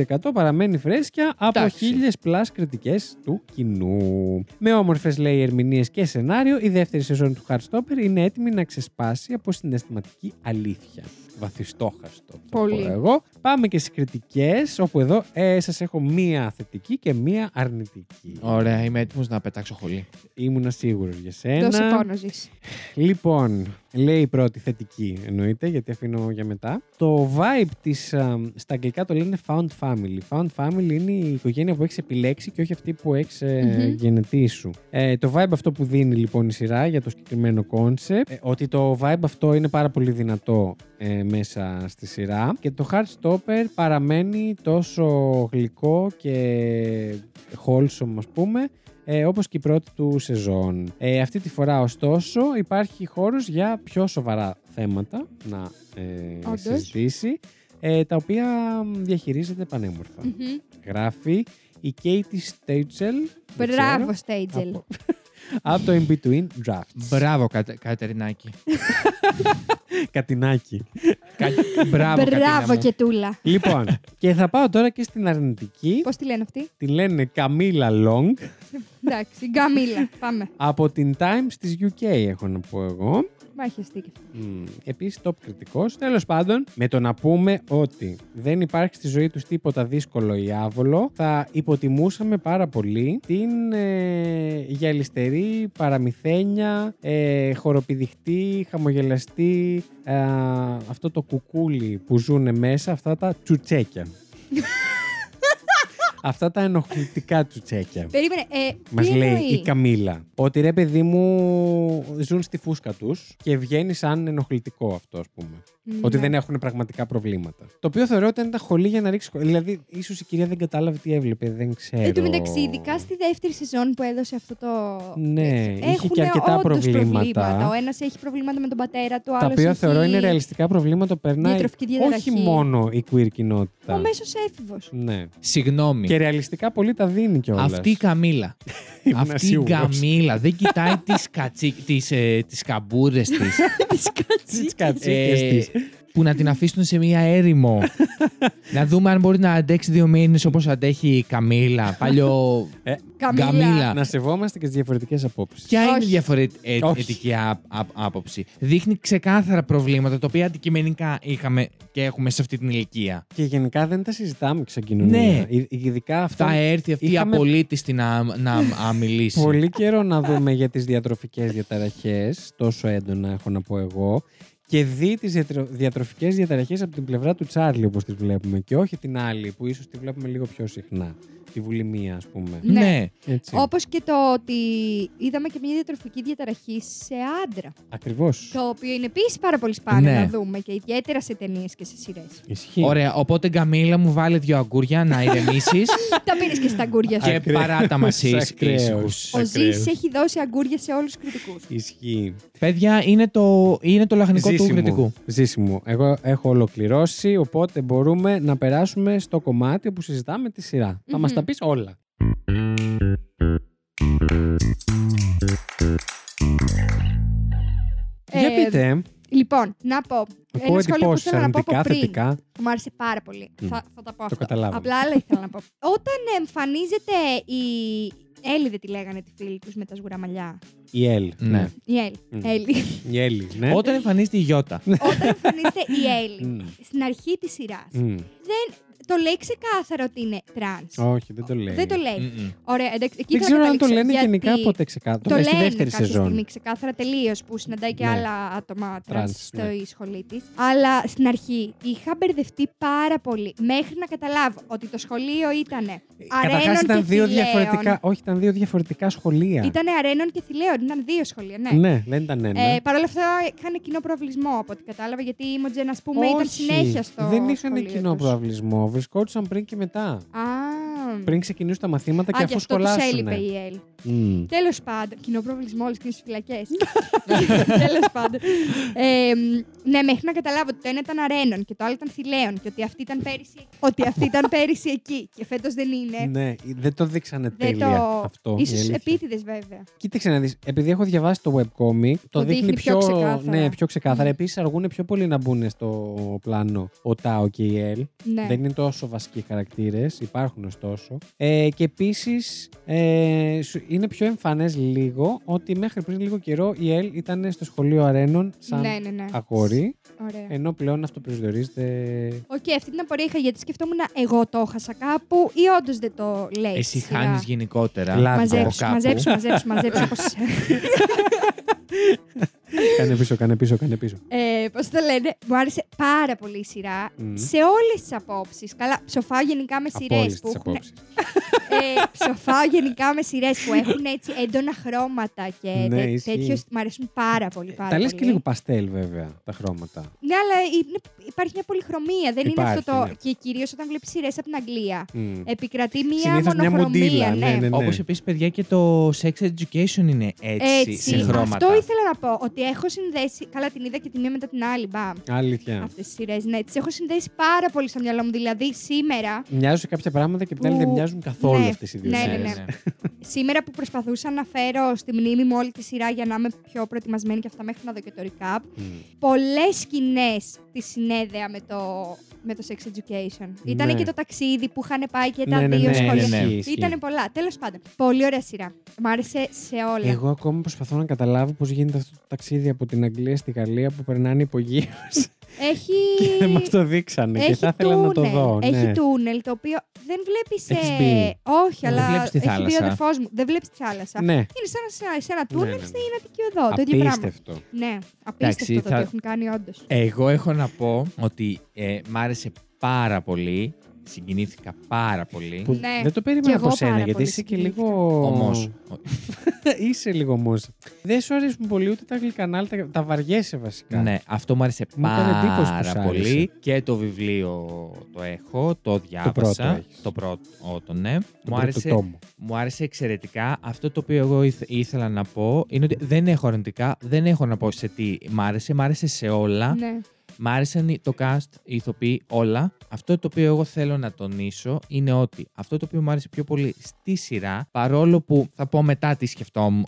Speaker 1: 96% παραμένει φρέσκια από
Speaker 3: Εντάξει.
Speaker 1: 1000 plus κριτικές του κοινού. Με όμορφες, λέει, ερμηνείες και σενάριο, η δεύτερη σεζόν του Heartstopper είναι έτοιμη να ξεσπάσει από συναισθηματική αλήθεια. Βαθιστόχαστο. θα
Speaker 2: Πολύ.
Speaker 1: πω Εγώ. Πάμε και στις κριτικές, όπου εδώ ε, σας έχω μία θετική και μία αρνητική.
Speaker 3: Ωραία, είμαι έτοιμος να πετάξω χολή.
Speaker 1: Ήμουνα σίγουρος για σένα.
Speaker 2: Το σε πόνο ζεις.
Speaker 1: Λοιπόν, λέει η πρώτη θετική εννοείται, γιατί αφήνω για μετά. Το vibe της. Στα αγγλικά το λένε found family. Found family είναι η οικογένεια που έχεις επιλέξει και όχι αυτή που έχεις
Speaker 2: Μμμ.
Speaker 1: γενετή σου. Ε, το vibe αυτό που δίνει λοιπόν η σειρά για το συγκεκριμένο concept, ε, ότι το vibe αυτό είναι πάρα πολύ δυνατό ε, μέσα στη σειρά και το Heartstopper παραμένει τόσο γλυκό και wholesome ας πούμε ε, όπως και η πρώτη του σεζόν. Ε, αυτή τη φορά, ωστόσο, υπάρχει χώρος για πιο σοβαρά θέματα να ε,
Speaker 2: Όντως.
Speaker 1: συζητήσει, ε, τα οποία μ, διαχειρίζεται πανέμορφα.
Speaker 2: Μμμ.
Speaker 1: Γράφει η Katie Stagel. δεν ξέρω,
Speaker 2: Μπράβο, Στέιτζελ.
Speaker 1: Από, από το In Between Drafts.
Speaker 3: Μπράβο, Κατε- Κατερινάκη.
Speaker 1: Κατινάκι.
Speaker 3: Κα... Μπράβο, Κατερίνα
Speaker 2: Μπράβο
Speaker 3: μου.
Speaker 2: και τούλα.
Speaker 1: λοιπόν, και θα πάω τώρα και στην αρνητική.
Speaker 2: Πώς τη λένε αυτή.
Speaker 1: Τη λένε Καμίλα Λόγκ.
Speaker 2: Εντάξει, Γκαμίλα. Πάμε.
Speaker 1: Από την Times της UK έχω να πω εγώ.
Speaker 2: Μάχεστη και αυτή.
Speaker 1: Μμμ. Επίσης, top κριτικός. Τέλος πάντων, με το να πούμε ότι δεν υπάρχει στη ζωή τους τίποτα δύσκολο ή άβολο, θα υποτιμούσαμε πάρα πολύ την ε, γυαλιστερή παραμυθένια, ε, χοροπηδιχτή, χαμογελαστή, ε, αυτό το κουκούλι που ζουν μέσα, αυτά τα τσουτσέκια. αυτά τα ενοχλητικά τσουτσέκια.
Speaker 2: Περίμενε. Ε, τι
Speaker 1: Μα λέει
Speaker 2: εννοεί?
Speaker 1: η Καμίλα. Ότι ρε, παιδί μου, ζουν στη φούσκα τους και βγαίνει σαν ενοχλητικό αυτό, ας πούμε.
Speaker 2: Ναι.
Speaker 1: Ότι δεν έχουν πραγματικά προβλήματα. Το οποίο θεωρώ ότι ήταν τα χολή για να ρίξει. χολή. Δηλαδή, ίσως η κυρία δεν κατάλαβε τι έβλεπε, δεν ξέρω.
Speaker 2: Εν τω μεταξύ, ειδικά στη δεύτερη σεζόν που έδωσε αυτό το.
Speaker 1: Ναι, είχε
Speaker 2: Έχουνε
Speaker 1: και αρκετά
Speaker 2: όντως
Speaker 1: προβλήματα.
Speaker 2: Ο ένας έχει προβλήματα με τον πατέρα του, ο
Speaker 1: Τα
Speaker 2: άλλος
Speaker 1: οποία
Speaker 2: έχει
Speaker 1: θεωρώ είναι ρεαλιστικά προβλήματα που περνάει
Speaker 2: διατροφική
Speaker 1: όχι
Speaker 2: διαταραχή.
Speaker 1: μόνο η queer κοινότητα.
Speaker 2: Ο μέσος έφηβος.
Speaker 1: Ναι.
Speaker 3: Συγγνώμη.
Speaker 1: Και ρεαλιστικά πολύ τα δίνει κιόλας.
Speaker 3: Αυτή η Καμίλα. Αυτή η Καμίλα δεν κοιτάει τις, κατσί... τις, ε, τις καμπούρες της.
Speaker 1: Τις κατσίκες
Speaker 3: Ε,
Speaker 1: της.
Speaker 3: που να την αφήσουν σε μία έρημο. να δούμε αν μπορεί να αντέξει δύο μήνες όπως αντέχει η Καμίλα. Παλιό
Speaker 1: Ε,
Speaker 2: Καμίλα.
Speaker 3: Καμίλα.
Speaker 1: Να σεβόμαστε και τις διαφορετικές απόψεις.
Speaker 3: Ποια είναι η
Speaker 2: Όχι.
Speaker 1: Όχι.
Speaker 3: διαφορετική ε, α- α- άποψη. Δείχνει ξεκάθαρα προβλήματα τα οποία αντικειμενικά είχαμε και έχουμε σε αυτή την ηλικία.
Speaker 1: Και γενικά δεν τα συζητάμε σαν κοινωνία.
Speaker 3: Ναι.
Speaker 1: Ε, Ειδικά αυτά.
Speaker 3: Θα έρθει αυτή
Speaker 1: Είχαμε-
Speaker 3: η απολύτιστη να, να, να μιλήσει.
Speaker 1: Πολύ καιρό να δούμε για τις διατροφικές διαταραχές, τόσο έντονα έχω να πω εγώ, και δει τις διατρο- διατροφικές διαταραχές από την πλευρά του Τσάρλι όπως τις βλέπουμε και όχι την άλλη που ίσως τη βλέπουμε λίγο πιο συχνά, τη βουλημία ας πούμε.
Speaker 3: Ναι.
Speaker 1: Έτσι.
Speaker 2: Όπως και το ότι είδαμε και μια διατροφική διαταραχή σε άντρα.
Speaker 1: Ακριβώς.
Speaker 2: Το οποίο είναι επίσης πάρα πολύ σπάνιο
Speaker 3: Ναι.
Speaker 2: να δούμε και ιδιαίτερα σε ταινίες και σε σειρές.
Speaker 1: Ισχύει.
Speaker 3: Ωραία, οπότε Καμίλα μου βάλε δύο αγκούρια να ηρεμήσεις
Speaker 2: τα πήρες και στα αγκούρια σου.
Speaker 3: και
Speaker 1: Ακραίος.
Speaker 3: παράτα μας
Speaker 1: Ακραίος.
Speaker 3: ήσυχους.
Speaker 2: Ο Ζή
Speaker 1: Ακραίος.
Speaker 2: έχει δώσει αγκούρια σε όλους τους κριτικούς.
Speaker 1: Ισχύει.
Speaker 3: Παιδιά, είναι το, είναι το λαχνικό του κριτικού.
Speaker 1: Ζήσιμο. Εγώ έχω ολοκληρώσει, οπότε μπορούμε να περάσουμε στο κομμάτι που συζητάμε τη σειρα Θα μας τα
Speaker 2: Μμμ.
Speaker 1: πεις όλα. Για
Speaker 2: Ε,
Speaker 1: πείτε.
Speaker 2: Λοιπόν, να πω.
Speaker 1: Ακούω
Speaker 2: Ένα σχόλιο που
Speaker 1: εντυπώσεις
Speaker 2: ήθελα να πω από
Speaker 1: αρνητικά,
Speaker 2: πριν.
Speaker 1: θετικά.
Speaker 2: που Μου άρεσε πάρα πολύ.
Speaker 1: Μμ.
Speaker 2: Θα, θα τα πω αυτό.
Speaker 1: καταλάβαμε.
Speaker 2: Απλά άλλα ήθελα να πω. Όταν εμφανίζεται η. Έλλη δεν τη λέγανε τη φίλη τους με τα σγουραμαλιά.
Speaker 1: Η Ελ.
Speaker 3: Ναι.
Speaker 2: Η Έλλη.
Speaker 1: Μμ.
Speaker 2: Έλλη.
Speaker 1: Η Έλλη, ναι.
Speaker 3: Όταν εμφανίζεται η Γιώτα.
Speaker 2: Όταν εμφανίζεται η Έλλη
Speaker 1: Μμ.
Speaker 2: στην αρχή της σειράς,
Speaker 1: Μμ.
Speaker 2: το λέει ξεκάθαρο ότι είναι τραν.
Speaker 1: Όχι, δεν το λέει.
Speaker 2: Δεν το λέει.
Speaker 3: Μμμ.
Speaker 2: Ωραία, εντάξει. Εκεί
Speaker 1: Δεν
Speaker 2: θα
Speaker 1: ξέρω αν το
Speaker 2: καταλήξω,
Speaker 1: λένε
Speaker 2: γιατί
Speaker 1: γενικά ποτέ ξεκάθαρα.
Speaker 2: Το
Speaker 1: λένε στη
Speaker 2: λένε
Speaker 1: δεύτερη
Speaker 2: κάποια στιγμή
Speaker 1: σεζόν.
Speaker 2: ξεκάθαρα τελείως που συναντάει και
Speaker 1: Ναι.
Speaker 2: άλλα άτομα
Speaker 1: Τρανς, ναι.
Speaker 2: τρανς στο η σχολή της. Αλλά στην αρχή είχα μπερδευτεί πάρα πολύ μέχρι να καταλάβω ότι το σχολείο ήταν αρένων
Speaker 1: Καταρχά
Speaker 2: και
Speaker 1: Ε, ήταν δύο
Speaker 2: θηλαίων.
Speaker 1: διαφορετικά. Όχι, ήταν δύο διαφορετικά σχολεία.
Speaker 2: Ήτανε αρένων και θηλαίων. Ήταν δύο σχολεία, ναι.
Speaker 1: Ναι, δεν ήταν ένα.
Speaker 2: Ε, Παρ' όλα αυτά είχαν κοινό προβλησμό από ό,τι κατάλαβα γιατί η Μοντζέν, ας πούμε, ήταν
Speaker 1: Όχι,
Speaker 2: συνέχεια στο.
Speaker 1: Δεν
Speaker 2: είχαν
Speaker 1: είχαν κοινό προαυλισμό. Βρισκόντουσαν πριν και μετά.
Speaker 2: Α,
Speaker 1: Πριν ξεκινήσουν τα μαθήματα
Speaker 2: α,
Speaker 1: και
Speaker 2: γι'
Speaker 1: αφού
Speaker 2: αυτό τους
Speaker 1: σχολάσουν.
Speaker 2: έλειπε η Έλλη.
Speaker 1: Μμ.
Speaker 2: Τέλος πάντων. Κοινό προβλησμό, όλε τις φυλακές. Τέλος πάντων. Ε, μ, ναι, μέχρι να καταλάβω ότι το ένα ήταν αρένων και το άλλο ήταν θηλαίων και ότι αυτή ήταν πέρυσι, ότι αυτή ήταν πέρυσι εκεί και φέτος δεν είναι.
Speaker 1: Ναι, δεν το δείξανε
Speaker 2: δεν
Speaker 1: τέλεια
Speaker 2: το.
Speaker 1: αυτό. η
Speaker 2: ίσως
Speaker 1: αλήθεια.
Speaker 2: επίτηδες βέβαια.
Speaker 1: Κοίταξε να δεις. Επειδή έχω διαβάσει το webcomic, το,
Speaker 2: Το δείχνει πιο ξεκάθαρα.
Speaker 1: Ναι, πιο ξεκάθαρα.
Speaker 2: Μμμ.
Speaker 1: Επίσης, αργούν πιο πολύ να μπουν στο πλάνο ο Τάο και η Ελ.
Speaker 2: Ναι.
Speaker 1: Δεν είναι τόσο βασικοί χαρακτήρες, υπάρχουν ωστόσο. Ε, και επίσης ε, σου- είναι πιο εμφανές λίγο ότι μέχρι πριν λίγο καιρό η Ελ ήταν στο σχολείο Αρένων σαν
Speaker 2: ναι, ναι, ναι.
Speaker 1: αγόρι, Ε, ναι.
Speaker 2: Ωραία.
Speaker 1: ενώ πλέον αυτό προσδιορίζεται.
Speaker 2: Οκ, αυτή την απορία είχα γιατί σκεφτόμουν εγώ το έχασα κάπου ή όντως δεν το
Speaker 1: Ε,
Speaker 2: λέει.
Speaker 3: Εσύ
Speaker 2: στη σειρά.
Speaker 3: χάνεις γενικότερα.
Speaker 1: Λάδι.
Speaker 3: από
Speaker 2: Μαζέψου,
Speaker 3: κάπου.
Speaker 2: μαζέψου, μαζέψου, μαζέψου. όπως-
Speaker 1: κάνε πίσω, κάνε πίσω, κάνε πίσω.
Speaker 2: Ε, Πώς το λένε, μου άρεσε πάρα πολύ η σειρά.
Speaker 1: Μμμ.
Speaker 2: Σε όλες τις απόψεις. Καλά, ψοφάω γενικά με
Speaker 1: Από
Speaker 2: σειρές
Speaker 1: όλες
Speaker 2: που
Speaker 1: τις
Speaker 2: έχουν.
Speaker 1: απόψεις.
Speaker 2: Ε, ψοφάω γενικά με σειρές που έχουν έτσι έντονα χρώματα και
Speaker 1: Ναι,
Speaker 2: τέ-
Speaker 1: ισχύει. Ε,
Speaker 2: τέτοιος. Μ' αρέσουν πάρα πολύ. Πάρα
Speaker 1: Τα λες
Speaker 2: πολύ.
Speaker 1: και λίγο παστέλ βέβαια τα χρώματα.
Speaker 2: Ναι, αλλά είναι- υπάρχει μια πολυχρωμία. Δεν είναι αυτό το.
Speaker 1: Υπάρχει, ναι.
Speaker 2: Και κυρίως όταν βλέπεις σειρές από την Αγγλία.
Speaker 1: Μμ.
Speaker 2: Επικρατεί μια
Speaker 1: Συνήθως μια
Speaker 2: Ε, μονοχρωμία.
Speaker 1: μοντίλα, ναι, ναι, ναι.
Speaker 3: Όπως επίσης, παιδιά, και το sex education είναι έτσι,
Speaker 2: Έτσι.
Speaker 3: σε χρώματα.
Speaker 2: Αυτό ήθελα να πω. Ότι έχω συνδέσει. Καλά, την είδα και τη μία μετά την άλλη. Μπαμ.
Speaker 1: Αλήθεια.
Speaker 2: Αυτές τις σειρές, ναι, τις έχω συνδέσει πάρα πολύ στο μυαλό μου. Δηλαδή σήμερα,
Speaker 1: Μοιάζουν κάποια πράγματα και απ' την άλλη δεν
Speaker 2: Που-
Speaker 1: μοιάζουν καθόλου
Speaker 2: ναι,
Speaker 1: αυτές οι δύο
Speaker 2: ναι,
Speaker 1: σειρές.
Speaker 2: ναι. σήμερα που προσπαθούσα να φέρω στη μνήμη μου όλη τη σειρά για να είμαι πιο προετοιμασμένη και αυτά μέχρι να δω και το recap,
Speaker 1: Μμ.
Speaker 2: πολλές σκηνές τη συνέδεα με το, με το sex education. Ήταν
Speaker 1: Ναι.
Speaker 2: και το ταξίδι που είχαν πάει και τα
Speaker 1: Ναι, ναι,
Speaker 2: δύο
Speaker 1: ναι,
Speaker 2: σχολεία.
Speaker 1: ναι, ναι, ισχύει.
Speaker 2: Ήταν πολλά. Τέλος πάντων, πολύ ωραία σειρά. Μ' άρεσε σε όλα.
Speaker 1: Εγώ ακόμα προσπαθώ να καταλάβω πώς γίνεται αυτό το ταξίδι από την Αγγλία στη Γαλλία που περνάνε υπογείω
Speaker 2: Έχει.
Speaker 1: και δεν μας το δείξανε. και
Speaker 2: Έχει
Speaker 1: θα ήθελα να το
Speaker 2: τούνελ.
Speaker 1: δω.
Speaker 2: Έχει
Speaker 1: ναι.
Speaker 2: τούνελ το οποίο δεν βλέπεις.
Speaker 1: Έχεις μπει.
Speaker 2: Όχι,
Speaker 3: Δεν
Speaker 2: αλλά
Speaker 3: βλέπεις τη
Speaker 2: έχει μπει ο
Speaker 3: θάλασσα.
Speaker 2: αδερφός μου. Δεν βλέπεις τη θάλασσα.
Speaker 1: Ναι.
Speaker 2: Είναι σαν να σε- σε ένα
Speaker 1: Ναι,
Speaker 2: τούνελ
Speaker 1: ναι, ναι.
Speaker 2: στην Αττική Οδό. Το ίδιο πράγμα.
Speaker 1: Απίστευτο.
Speaker 2: Ναι, απίστευτο
Speaker 3: Εντάξει,
Speaker 2: το
Speaker 3: θα-
Speaker 2: ότι έχουν κάνει όντως.
Speaker 3: Εγώ έχω να πω ότι ε, μ' άρεσε πάρα πολύ. Συγκινήθηκα πάρα πολύ.
Speaker 1: Που
Speaker 2: Ναι.
Speaker 1: Δεν το περίμενα
Speaker 2: Κι εγώ
Speaker 1: από σένα
Speaker 2: πάρα
Speaker 1: γιατί
Speaker 2: πολύ
Speaker 1: είσαι και
Speaker 2: συγκινήθηκα.
Speaker 1: λίγο.
Speaker 3: Όμως,
Speaker 1: Ναι, είσαι λίγο όμω. Δεν σου αρέσουν πολύ ούτε τα γλυκανά, αλλά τα, τα βαριέσαι βασικά.
Speaker 3: Ναι, αυτό μου άρεσε
Speaker 1: Μου έκανε εντύπωση που
Speaker 3: πάρα
Speaker 1: σ' άρεσε.
Speaker 3: πολύ. Και το βιβλίο το έχω, το
Speaker 1: πρώτο
Speaker 3: διάβασα.
Speaker 1: έχεις.
Speaker 3: Το πρώτο, το ναι.
Speaker 1: Το
Speaker 3: Μου
Speaker 1: πρώτο
Speaker 3: άρεσε,
Speaker 1: τόμο.
Speaker 3: μου άρεσε εξαιρετικά. Αυτό το οποίο εγώ ήθε- ήθελα να πω είναι ότι δεν έχω αρνητικά, δεν έχω να πω σε τι μ' άρεσε. Μ' άρεσε σε όλα.
Speaker 2: Ναι.
Speaker 3: Μ' άρεσαν οι- το cast, οι ηθοποιοί, όλα. Αυτό το οποίο εγώ θέλω να τονίσω είναι ότι αυτό το οποίο μου άρεσε πιο πολύ στη σειρά, παρόλο που θα πω μετά τι σκεφτόμουν,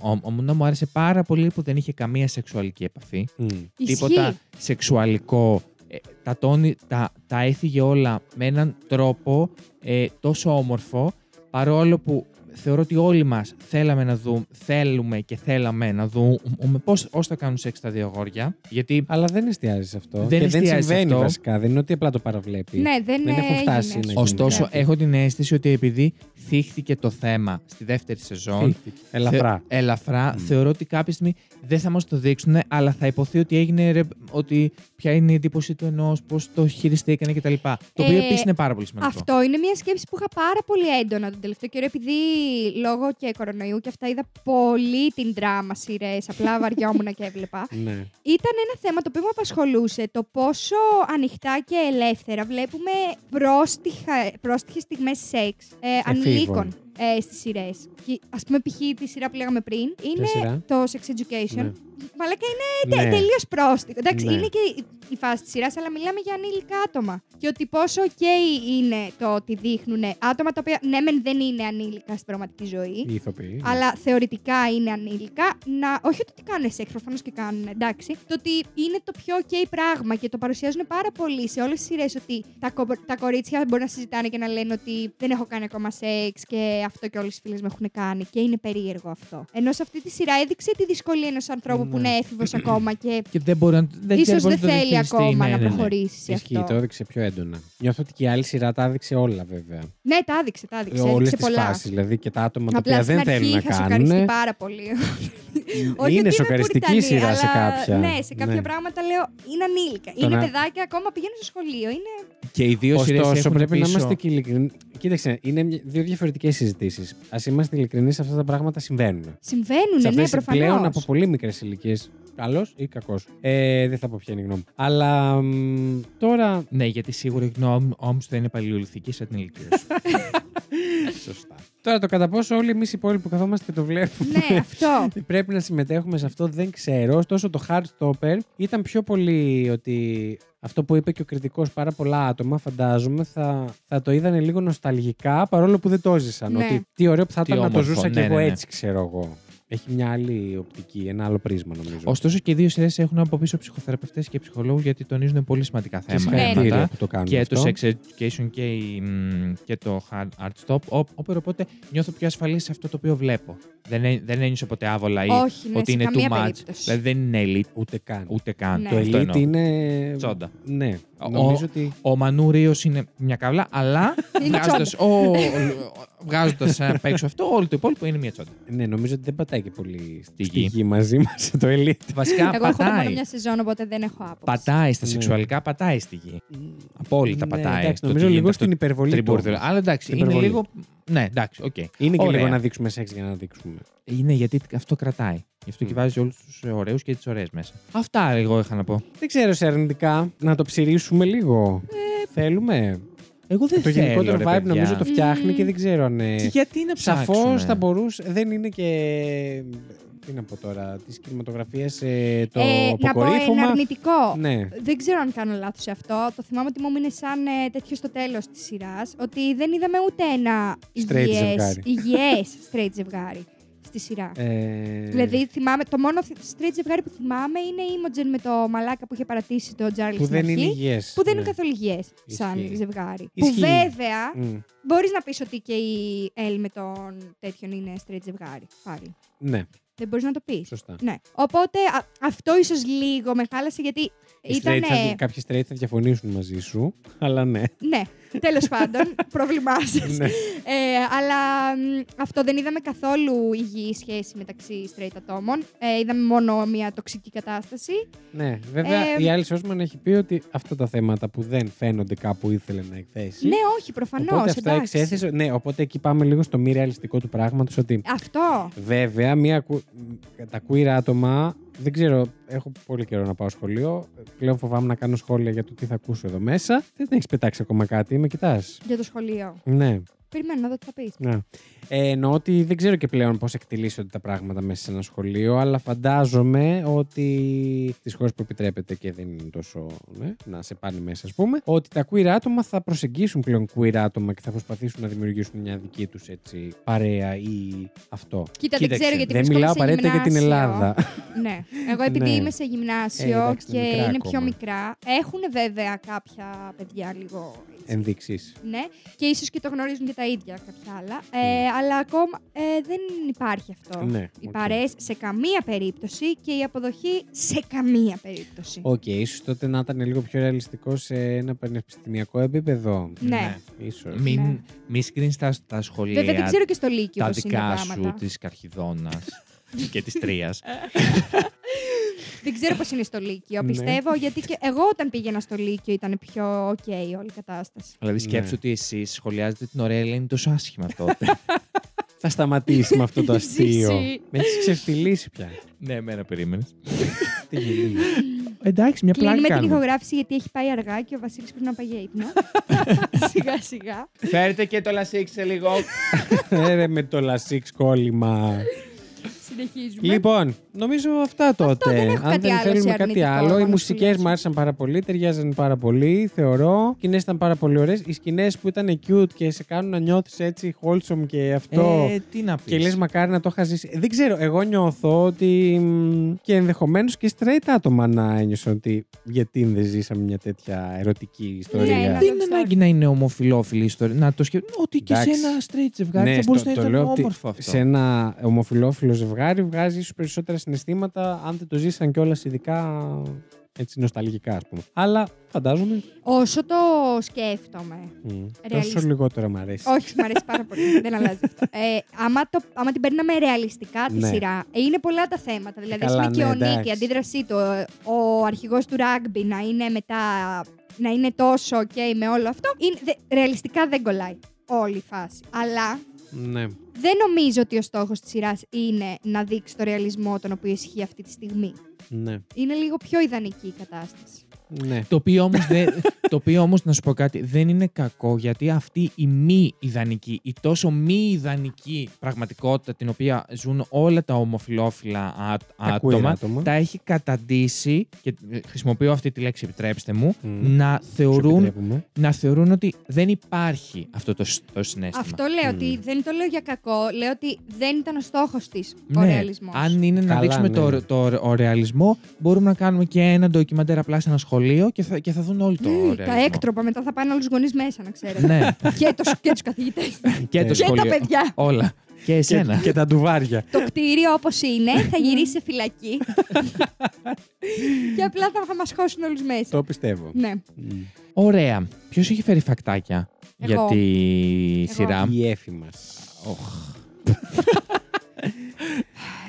Speaker 3: μου άρεσε πάρα πολύ που δεν είχε καμία σεξουαλική επαφή.
Speaker 1: Μμ.
Speaker 2: Ισχύει.
Speaker 3: Τίποτα σεξουαλικό. Ε, τα, τόνι, τα, τα έθιγε όλα με έναν τρόπο ε, τόσο όμορφο, παρόλο που θεωρώ ότι όλοι μας θέλαμε να δούμε, θέλουμε και θέλαμε να δούμε πώς, πώς θα κάνουν σεξ τα δύο αγόρια. Γιατί
Speaker 1: Αλλά δεν εστιάζεις αυτό.
Speaker 3: Δεν
Speaker 1: και δεν
Speaker 3: εστιάζεις
Speaker 1: συμβαίνει
Speaker 3: αυτό.
Speaker 1: βασικά. Δεν είναι ότι απλά το παραβλέπει.
Speaker 2: Ναι, δεν,
Speaker 1: Δεν έχουν
Speaker 2: έγινε.
Speaker 1: φτάσει να γίνει.
Speaker 3: Ωστόσο,
Speaker 1: κάτι.
Speaker 3: έχω την αίσθηση ότι επειδή θύχτηκε το θέμα στη δεύτερη σεζόν.
Speaker 1: Φύγτηκε. Ελαφρά.
Speaker 3: θε- ελαφρά,
Speaker 1: Mm.
Speaker 3: θεωρώ ότι κάποια στιγμή δεν θα μας το δείξουν, αλλά θα υποθεί ότι έγινε. ρε, ότι ποια είναι η εντύπωση του ενός, πώς το χειριστήκανε κτλ. Το οποίο
Speaker 2: Ε,
Speaker 3: επίσης είναι πάρα πολύ σημαντικό.
Speaker 2: Αυτό είναι μια σκέψη που είχα πάρα πολύ έντονα τον τελευταίο καιρό, επειδή λόγω και κορονοϊού και αυτά είδα πολύ την δράμα σειρές. Απλά βαριόμουν και έβλεπα.
Speaker 1: Ναι.
Speaker 2: Ήταν ένα θέμα το οποίο με απασχολούσε το πόσο ανοιχτά και ελεύθερα βλέπουμε πρόστιχα, πρόστιχες στιγμές σεξ ε, ανηλίκων ε, στις σειρές. Και, ας πούμε π.χ. τη σειρά που λέγαμε πριν είναι
Speaker 1: σειρά?
Speaker 2: το sex education.
Speaker 1: Ναι.
Speaker 2: Μαλάκα είναι
Speaker 1: Ναι.
Speaker 2: τε, τελείως πρόστιχο. Εντάξει,
Speaker 1: Ναι.
Speaker 2: είναι και η- η φάση της σειράς, αλλά μιλάμε για ανήλικα άτομα. Και ότι πόσο ok είναι το ότι δείχνουν άτομα τα οποία ναι μεν δεν είναι ανήλικα στην πραγματική ζωή.
Speaker 1: Οι ηθοποιοί.
Speaker 2: Αλλά θεωρητικά είναι ανήλικα. Να, όχι ότι κάνουν σεξ, προφανώς και κάνουν, εντάξει. Το ότι είναι το πιο ok πράγμα και το παρουσιάζουν πάρα πολύ σε όλες τις σειρές. Ότι τα, κο- τα κορίτσια μπορεί να συζητάνε και να λένε ότι δεν έχω κάνει ακόμα σεξ και αυτό και όλες οι φίλες με έχουν κάνει. Και είναι περίεργο αυτό. Ενώ σε αυτή τη σειρά έδειξε τη δυσκολία ενός ανθρώπου που
Speaker 1: Ναι.
Speaker 2: είναι έφηβος ακόμα και
Speaker 3: Και δεν μπορεί να. Δεν
Speaker 2: ίσως
Speaker 3: ξέρω πώς
Speaker 2: δεν
Speaker 3: να το
Speaker 2: θέλει
Speaker 3: διαχειριστεί,
Speaker 2: ακόμα
Speaker 3: ναι,
Speaker 2: να
Speaker 3: ναι, ναι.
Speaker 2: προχωρήσει σε
Speaker 1: Ισχύει, το
Speaker 2: αυτό.
Speaker 1: έδειξε πιο έντονα. Νιώθω ότι και η άλλη σειρά τα έδειξε όλα βέβαια.
Speaker 2: Ναι, τα άδειξε, τα άδειξε.
Speaker 1: Όλες
Speaker 2: Έδειξε
Speaker 1: τις
Speaker 2: πολλά.
Speaker 1: φάσεις. Δηλαδή και τα άτομα τα
Speaker 2: Απλά
Speaker 1: οποία
Speaker 2: στην
Speaker 1: δεν
Speaker 2: αρχή
Speaker 1: θέλουν να
Speaker 2: είχα σοκαριστεί
Speaker 1: κάνουν.
Speaker 2: πάρα πολύ. Όχι ότι
Speaker 1: Είναι
Speaker 2: είμαι
Speaker 1: σοκαριστική η
Speaker 2: πουριτανή,
Speaker 1: σειρά σε
Speaker 2: αλλά
Speaker 1: κάποια.
Speaker 2: Ναι, σε κάποια πράγματα λέω είναι ανήλικα. είναι
Speaker 1: να-
Speaker 2: παιδάκια, ακόμα πηγαίνουν στο σχολείο. Είναι...
Speaker 3: Και οι δύο σειρές
Speaker 1: Ωστόσο,
Speaker 3: έχουν
Speaker 1: πρέπει να
Speaker 3: πίσω-
Speaker 1: είμαστε και ειλικρινεί. Κοίταξε, είναι μια- δύο διαφορετικές συζητήσεις. Ας είμαστε ειλικρινείς, αυτά τα πράγματα συμβαίνουν.
Speaker 2: Συμβαίνουν,
Speaker 1: σε
Speaker 2: ναι,
Speaker 1: αυτές
Speaker 2: προφανώ.
Speaker 1: πλέον από πολύ μικρές ηλικίες. Καλός ή κακός. Ε, δεν θα πω ποια είναι η γνώμη. μου. Αλλά μ, τώρα.
Speaker 3: Ναι, γιατί σίγουρα η γνώμη όμως δεν είναι παλιολιθική σαν την ηλικία σου.
Speaker 1: Σωστά. Τώρα το κατά πόσο όλοι εμείς οι υπόλοιποι που καθόμαστε και το βλέπουμε.
Speaker 2: ναι, αυτό.
Speaker 1: Πρέπει να συμμετέχουμε σε αυτό, δεν ξέρω. Ωστόσο, το Hardstopper ήταν πιο πολύ ότι αυτό που είπε και ο κριτικός, πάρα πολλά άτομα, φαντάζομαι, θα, θα το είδανε λίγο νοσταλγικά, παρόλο που δεν το ζήσαν.
Speaker 2: Ναι.
Speaker 1: Ότι τι ωραίο που θα
Speaker 3: Τι
Speaker 1: ήταν να το
Speaker 3: όμορφο,
Speaker 1: ζούσα και
Speaker 3: ναι,
Speaker 1: εγώ
Speaker 3: ναι, ναι.
Speaker 1: έτσι, ξέρω εγώ. Έχει μια άλλη οπτική, ένα άλλο πρίσμα, νομίζω.
Speaker 3: Ωστόσο και οι δύο σειρές έχουν από πίσω ψυχοθεραπευτές και ψυχολόγους γιατί τονίζουν πολύ σημαντικά
Speaker 1: Και
Speaker 3: θέματα.
Speaker 1: συγχαρητήρια που το κάνουν.
Speaker 3: και
Speaker 1: αυτό.
Speaker 3: το sex education και, η, μ, και το hard art stop. Ο- Όπερα οπότε νιώθω πιο ασφαλής σε αυτό το οποίο βλέπω. Δεν, έ- δεν ένιωσα ποτέ άβολα ή
Speaker 2: Όχι, ναι,
Speaker 3: ότι
Speaker 2: σε
Speaker 3: είναι
Speaker 2: καμία
Speaker 3: too much.
Speaker 2: περίπτωση.
Speaker 3: Δηλαδή δεν είναι elite
Speaker 1: Ούτε καν.
Speaker 3: ούτε καν.
Speaker 2: Ναι.
Speaker 1: Το
Speaker 3: Αυτό
Speaker 1: elite
Speaker 3: εννοώ.
Speaker 1: είναι.
Speaker 3: Τσόντα.
Speaker 1: Ναι.
Speaker 3: Ο-
Speaker 1: Νομίζω ότι.
Speaker 3: Ο Μανούριο είναι μια καύλα, αλλά
Speaker 2: Είναι
Speaker 3: βγάζοντας- ο, ο, βγάζοντα απ' έξω αυτό, όλο το υπόλοιπο είναι μια τσόντα.
Speaker 1: Ναι, νομίζω ότι δεν πατάει και πολύ στη
Speaker 3: Στη γη.
Speaker 1: γη μαζί μας το ελίτ.
Speaker 3: Βασικά
Speaker 2: Εγώ έχω μόνο
Speaker 3: πατάει.
Speaker 2: μια σεζόν, οπότε δεν έχω άποψη.
Speaker 3: Πατάει στα
Speaker 1: Ναι.
Speaker 3: σεξουαλικά, πατάει στη γη. Απόλυτα
Speaker 1: Ναι,
Speaker 3: πατάει.
Speaker 1: εντάξει,
Speaker 3: στο
Speaker 1: νομίζω
Speaker 3: ότι
Speaker 1: λίγο
Speaker 3: γίνεται
Speaker 1: στην
Speaker 3: αυτό το
Speaker 1: υπερβολή. του.
Speaker 3: τριμπούρδουλο. Αλλά εντάξει,
Speaker 1: Στην
Speaker 3: είναι
Speaker 1: υπερβολή.
Speaker 3: λίγο. Ναι, εντάξει, οκ.
Speaker 1: Είναι και λίγο
Speaker 3: Ωραία.
Speaker 1: να δείξουμε σεξ για να δείξουμε.
Speaker 3: Είναι γιατί αυτό κρατάει. Γι' αυτό
Speaker 1: Μμ.
Speaker 3: και βάζει όλους τους ωραίους και τις ωραίες μέσα. Αυτά εγώ είχα να πω.
Speaker 1: Δεν ξέρω σε αρνητικά να το ψηρίσουμε λίγο.
Speaker 2: Ε,
Speaker 1: Θέλουμε.
Speaker 3: Εγώ δεν
Speaker 1: το
Speaker 3: θέλω.
Speaker 1: γενικότερο
Speaker 3: ρε,
Speaker 1: vibe
Speaker 3: παιδιά. Ναι.
Speaker 1: νομίζω το φτιάχνει
Speaker 2: Μμμ.
Speaker 1: και δεν ξέρω αν. ε,
Speaker 3: Γιατί να ψάξουμε.
Speaker 1: Σαφώ θα μπορούσε. Δεν είναι και. Τι να πω τώρα. Τη κινηματογραφία το
Speaker 2: Ε, να πω ένα
Speaker 1: αποκορύφωμα.
Speaker 2: αρνητικό.
Speaker 1: Ναι.
Speaker 2: Δεν ξέρω αν κάνω λάθος σε αυτό. Το θυμάμαι ότι μου μείνε σαν ε, τέτοιο στο τέλος της σειράς. Ότι δεν είδαμε ούτε ένα υγιές,
Speaker 1: ζευγάρι.
Speaker 2: υγιές straight ζευγάρι στη σειρά.
Speaker 1: Ε,
Speaker 2: Δηλαδή, θυμάμαι, το μόνο θυ- straight ζευγάρι που θυμάμαι είναι η Imogen με το μαλάκα που είχε παρατήσει το Τζάρλι
Speaker 1: Που
Speaker 2: στην
Speaker 1: δεν
Speaker 2: αρχή.
Speaker 1: είναι υγιές.
Speaker 2: Που δεν
Speaker 1: ναι.
Speaker 2: είναι καθόλου υγιές σαν
Speaker 1: Ισχύει.
Speaker 2: ζευγάρι. Που
Speaker 1: Ισχύει.
Speaker 2: βέβαια
Speaker 1: Μμ,
Speaker 2: μπορείς να πεις ότι και η Ελ με τον τέτοιον είναι straight ζευγάρι. Πάλι.
Speaker 1: Ναι,
Speaker 2: Δεν μπορείς να το πεις.
Speaker 1: σωστά.
Speaker 2: Ναι. Οπότε α, αυτό ίσως λίγο με χάλασε γιατί
Speaker 1: Οι
Speaker 2: ήταν.
Speaker 1: straight θα- Κάποιοι straight θα διαφωνήσουν μαζί σου, αλλά ναι.
Speaker 2: Ναι, τέλος πάντων, πρόβλημά σα.
Speaker 1: ναι.
Speaker 2: Ε, αλλά μ, αυτό δεν είδαμε καθόλου υγιή σχέση μεταξύ straight ατόμων. Ε, είδαμε μόνο μια τοξική κατάσταση.
Speaker 1: ναι, βέβαια
Speaker 2: Ε,
Speaker 1: η Άλλη Σόσμαν έχει πει ότι αυτά τα θέματα που δεν φαίνονται κάπου ήθελε να εκθέσει.
Speaker 2: Ναι, όχι, προφανώς.
Speaker 1: οπότε αυτά εξέθεσε. Ναι, οπότε εκεί πάμε λίγο στο μη ρεαλιστικό του πράγματος ότι
Speaker 2: Αυτό.
Speaker 1: Βέβαια, μια, κου- τα queer άτομα, δεν ξέρω, έχω πολύ καιρό να πάω σχολείο. Πλέον φοβάμαι να κάνω σχόλια για το τι θα ακούσω εδώ μέσα. Δεν έχεις πετάξει ακόμα κάτι, με κοιτάς.
Speaker 2: Για το σχολείο.
Speaker 1: Ναι,
Speaker 2: Περιμένω να δω τι θα πεις.
Speaker 1: ναι. Ε, εννοώ ότι δεν ξέρω και πλέον πώς εκτελήσονται τα πράγματα μέσα σε ένα σχολείο, αλλά φαντάζομαι ότι στις χώρες που επιτρέπεται και δεν είναι τόσο ναι, να σε πάνε μέσα, ας πούμε, ότι τα queer άτομα θα προσεγγίσουν πλέον queer άτομα και θα προσπαθήσουν να δημιουργήσουν μια δική τους παρέα ή αυτό.
Speaker 2: Κοίτα, δεν
Speaker 3: Κοίταξε,
Speaker 2: ξέρω γιατί
Speaker 1: Δεν
Speaker 2: βρίσκομαι
Speaker 1: μιλάω
Speaker 2: σε
Speaker 1: απαραίτητα για την
Speaker 2: γυμνάσιο.
Speaker 1: Ελλάδα.
Speaker 2: Ναι. Εγώ επειδή
Speaker 1: Ναι.
Speaker 2: είμαι σε γυμνάσιο
Speaker 1: Ε, εντάξει,
Speaker 2: και
Speaker 1: είναι μικρά
Speaker 2: είναι πιο
Speaker 1: ακόμα.
Speaker 2: μικρά, έχουν βέβαια κάποια παιδιά λίγο. έτσι,
Speaker 1: Ενδείξεις.
Speaker 2: Ναι, και ίσως και το γνωρίζουν και τα ίδια κάποια άλλα. Ε, αλλά ακόμα ε, δεν υπάρχει αυτό.
Speaker 1: Ναι.
Speaker 2: Οι
Speaker 1: οκ.
Speaker 2: παρέες σε καμία περίπτωση και η αποδοχή σε καμία περίπτωση.
Speaker 1: Οκ, ίσως τότε να ήταν λίγο πιο ρεαλιστικό σε ένα πανεπιστημιακό επίπεδο.
Speaker 2: Ναι.
Speaker 1: Ίσως.
Speaker 3: Μην,
Speaker 2: Ναι.
Speaker 3: μην σκρίνεις τα, τα σχολεία.
Speaker 2: Βέβαια δεν ξέρω και στο Λύκειο
Speaker 3: τα
Speaker 2: πώς είναι τα
Speaker 3: δικά σου,
Speaker 2: πράγματα. Ναι.
Speaker 3: της Καρχιδόνας και της Τρίας.
Speaker 2: Δεν ξέρω πώς είναι στο Λύκειο,
Speaker 1: Ναι.
Speaker 2: πιστεύω, γιατί και εγώ όταν πήγαινα στο Λύκειο ήταν πιο ok όλη η κατάσταση.
Speaker 3: δηλαδή, σκέψου
Speaker 1: Ναι.
Speaker 3: ότι εσείς σχολιάζετε την ωραία Ελένη τόσο άσχημα τότε.
Speaker 1: Θα σταματήσει με αυτό το αστείο.
Speaker 2: Ζήσει.
Speaker 1: Με έχεις ξεφτυλίσει πια.
Speaker 3: ναι, εμένα περίμενες.
Speaker 1: Τι γελίο.
Speaker 3: Εντάξει,
Speaker 1: Ε,
Speaker 3: μια πλάκα.
Speaker 2: Κλείνουμε την
Speaker 3: κάνουμε.
Speaker 2: ηχογράφηση γιατί έχει πάει αργά και ο Βασίλης πρέπει να πάει για ύπνο. σιγά σιγά.
Speaker 3: Φέρτε και το λασίξ σε λίγο.
Speaker 1: Έρε Ε, με το λασίξ κόλλημα.
Speaker 2: Συνεχίζουμε.
Speaker 1: λοιπόν, νομίζω αυτά τότε.
Speaker 2: δεν έχω
Speaker 1: Αν
Speaker 2: κάτι
Speaker 1: δεν
Speaker 2: άλλο σε
Speaker 1: θέλουμε κάτι
Speaker 2: αρνητικό,
Speaker 1: άλλο, οι
Speaker 2: πάνω
Speaker 1: μουσικέ
Speaker 2: σχολείο.
Speaker 1: μου άρεσαν πάρα πολύ, ταιριάζαν πάρα πολύ, θεωρώ. Οι σκηνές ήταν πάρα πολύ ωραίες. Οι σκηνές που ήταν cute και σε κάνουν να νιώθεις έτσι wholesome και αυτό.
Speaker 3: Ε, τι να πεις.
Speaker 1: Και λες, μακάρι να το είχα ζήσει. Ε, Δεν ξέρω, εγώ νιώθω ότι. μ, και ενδεχομένως και straight άτομα να ένιωσαν ότι γιατί δεν ζήσαμε μια τέτοια ερωτική ιστορία.
Speaker 2: Ναι,
Speaker 3: Δεν είναι ανάγκη να είναι ομοφιλόφιλη ιστορία. Να το σκεφτεί. Ότι και σε
Speaker 1: Εντάξει.
Speaker 3: ένα straight ζευγάρι
Speaker 1: Ναι,
Speaker 3: θα
Speaker 1: στο-
Speaker 3: μπορούσε να
Speaker 1: το
Speaker 3: ήταν
Speaker 1: λέω ότι
Speaker 3: όμορφο αυτό.
Speaker 1: Σε ένα ομοφυλόφιλο ζευγάρι βγάζει ίσω περισσότερα συναισθήματα αν δεν το ζήσαν κιόλας ειδικά έτσι νοσταλγικά, ας πούμε. Αλλά φαντάζομαι.
Speaker 2: Όσο το σκέφτομαι,
Speaker 1: μ,
Speaker 2: Ρεαλιστ-
Speaker 1: Τόσο λιγότερο μ' αρέσει.
Speaker 2: Όχι, μου αρέσει πάρα πολύ. δεν αλλάζει αυτό. Ε, άμα, το, άμα την παίρναμε ρεαλιστικά τη
Speaker 1: Ναι.
Speaker 2: σειρά, ε, είναι πολλά τα θέματα. Δηλαδή, ας
Speaker 1: Καλά,
Speaker 2: πούμε, και
Speaker 1: ναι,
Speaker 2: ο Νίκη,
Speaker 1: εντάξει.
Speaker 2: η αντίδρασή του, ε, ο αρχηγός του ράγκμπι να είναι μετά. να είναι τόσο και με όλο αυτό. Είναι, δε- ρεαλιστικά δεν κολλάει όλη η φάση. Αλλά
Speaker 1: Ναι.
Speaker 2: δεν νομίζω ότι ο στόχος της σειράς είναι να δείξει το ρεαλισμό τον οποίο ισχύει αυτή τη στιγμή.
Speaker 1: Ναι.
Speaker 2: Είναι λίγο πιο ιδανική η κατάσταση.
Speaker 1: Ναι.
Speaker 3: Το οποίο όμως, δεν- το οποίο όμως, να σου πω κάτι, δεν είναι κακό γιατί αυτή η μη ιδανική, η τόσο μη ιδανική πραγματικότητα την οποία ζουν όλα τα ομοφιλόφιλα α-
Speaker 1: Τα queer
Speaker 3: άτομα,
Speaker 1: άτομα.
Speaker 3: τα έχει καταντήσει, και ε, χρησιμοποιώ αυτή τη λέξη επιτρέψτε μου,
Speaker 1: Μμ.
Speaker 3: να,
Speaker 1: Σου
Speaker 3: θεωρούν,
Speaker 1: επιτρέπουμε.
Speaker 3: να θεωρούν ότι δεν υπάρχει αυτό το, σ- το συνέστημα.
Speaker 2: Αυτό λέω
Speaker 1: Μμμ.
Speaker 2: ότι δεν το λέω για κακό. Λέω ότι δεν ήταν ο στόχος της ο
Speaker 3: Ναι.
Speaker 2: ρεαλισμός.
Speaker 3: Αν είναι να
Speaker 1: Καλά,
Speaker 3: δείξουμε
Speaker 1: ναι.
Speaker 3: το, το, ο ρεαλισμό, μπορούμε να κάνουμε και ένα ντοκιμαντέρ απλά σε ένα σχολείο και θα, και θα δουν όλοι το
Speaker 2: Ναι,
Speaker 3: ρεαλισμό.
Speaker 2: τα έκτροπα μετά θα πάνε όλου του γονείς μέσα, να ξέρετε.
Speaker 3: Ναι,
Speaker 2: και τους, και τους καθηγητές
Speaker 3: και το
Speaker 1: Και
Speaker 2: και τα
Speaker 3: σχολείο.
Speaker 2: παιδιά.
Speaker 3: Όλα. Και εσένα.
Speaker 1: Και, και τα ντουβάρια.
Speaker 2: το κτίριο όπως είναι θα γυρίσει σε φυλακή. και απλά θα μας χώσουν όλους μέσα.
Speaker 1: Το πιστεύω.
Speaker 2: ναι.
Speaker 1: Μμ.
Speaker 3: Ωραία. Ποιος έχει φέρει φακτάκια.
Speaker 2: Εγώ.
Speaker 3: για τη σειρά.
Speaker 1: Η έφη μας.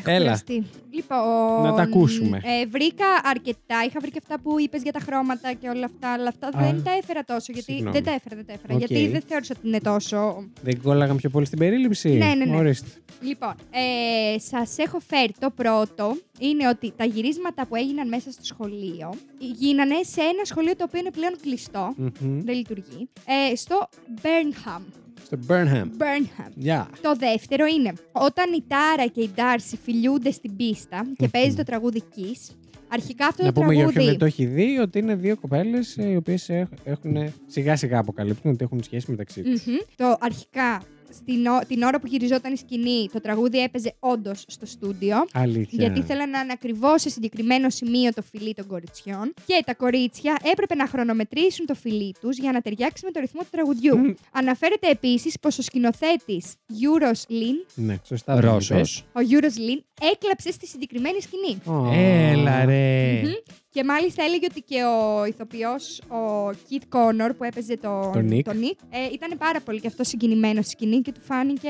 Speaker 2: Έχω
Speaker 1: Έλα.
Speaker 2: κουραστεί. Λοιπόν.
Speaker 1: Να τα ακούσουμε.
Speaker 2: ε, βρήκα αρκετά. Είχα βρει και αυτά που είπες για τα χρώματα και όλα αυτά. Αλλά αυτά
Speaker 3: Α,
Speaker 2: δεν τα έφερα τόσο. Γιατί
Speaker 1: συγγνώμη.
Speaker 2: δεν τα έφερα, δεν τα έφερα.
Speaker 1: Οκ.
Speaker 2: Γιατί δεν θεώρησα ότι είναι τόσο.
Speaker 1: Δεν κόλλαγαν πιο πολύ στην περίληψη.
Speaker 2: Ναι, ναι, ναι.
Speaker 1: Ορίστε.
Speaker 2: Λοιπόν, ε, σας έχω φέρει το πρώτο. Είναι ότι τα γυρίσματα που έγιναν μέσα στο σχολείο γίνανε σε ένα σχολείο το οποίο είναι πλέον κλειστό.
Speaker 1: Μμμ.
Speaker 2: Δεν λειτουργεί. Ε, στο Burnham.
Speaker 1: Στο Burnham.
Speaker 2: Burnham.
Speaker 1: Γεια.
Speaker 2: Το δεύτερο είναι όταν η Τάρα και η Ντάρση φιλιούνται στην πίστα και
Speaker 1: Μμμ.
Speaker 2: παίζει το τραγούδι Kiss. Αρχικά αυτό
Speaker 1: Να
Speaker 2: το
Speaker 1: πούμε για όποιον
Speaker 2: τραγούδι.
Speaker 1: δεν το έχει δει ότι είναι δύο κοπέλες οι οποίες έχουν σιγά σιγά αποκαλύπτουν ότι έχουν σχέση μεταξύ τους.
Speaker 2: Μμμ. Το αρχικά, στην, ο- την ώρα που γυριζόταν η σκηνή, το τραγούδι έπαιζε όντως στο στούντιο.
Speaker 1: Αλήθεια.
Speaker 2: Γιατί ήθελαν να είναι ακριβώς σε συγκεκριμένο σημείο το φιλί των κοριτσιών. Και τα κορίτσια έπρεπε να χρονομετρήσουν το φιλί τους για να ταιριάξει με το ρυθμό του τραγουδιού.
Speaker 1: Μμ.
Speaker 2: Αναφέρεται επίσης πως ο σκηνοθέτης Γιούρος Λιν,
Speaker 1: Ναι, σωστά. το είπες.
Speaker 3: Ρώσος.
Speaker 2: ο Γιούρος Λιν, έκλαψε στη συγκεκριμένη σκηνή.
Speaker 1: Ω.
Speaker 3: Έλα ρε.
Speaker 1: Ε.
Speaker 2: Μμμ. Και μάλιστα έλεγε ότι και ο ηθοποιός, ο Κιτ Κόνορ που έπαιζε τον
Speaker 1: Τον Nick.
Speaker 2: ε, ήταν πάρα πολύ και αυτός συγκινημένος στη σκηνή και του φάνηκε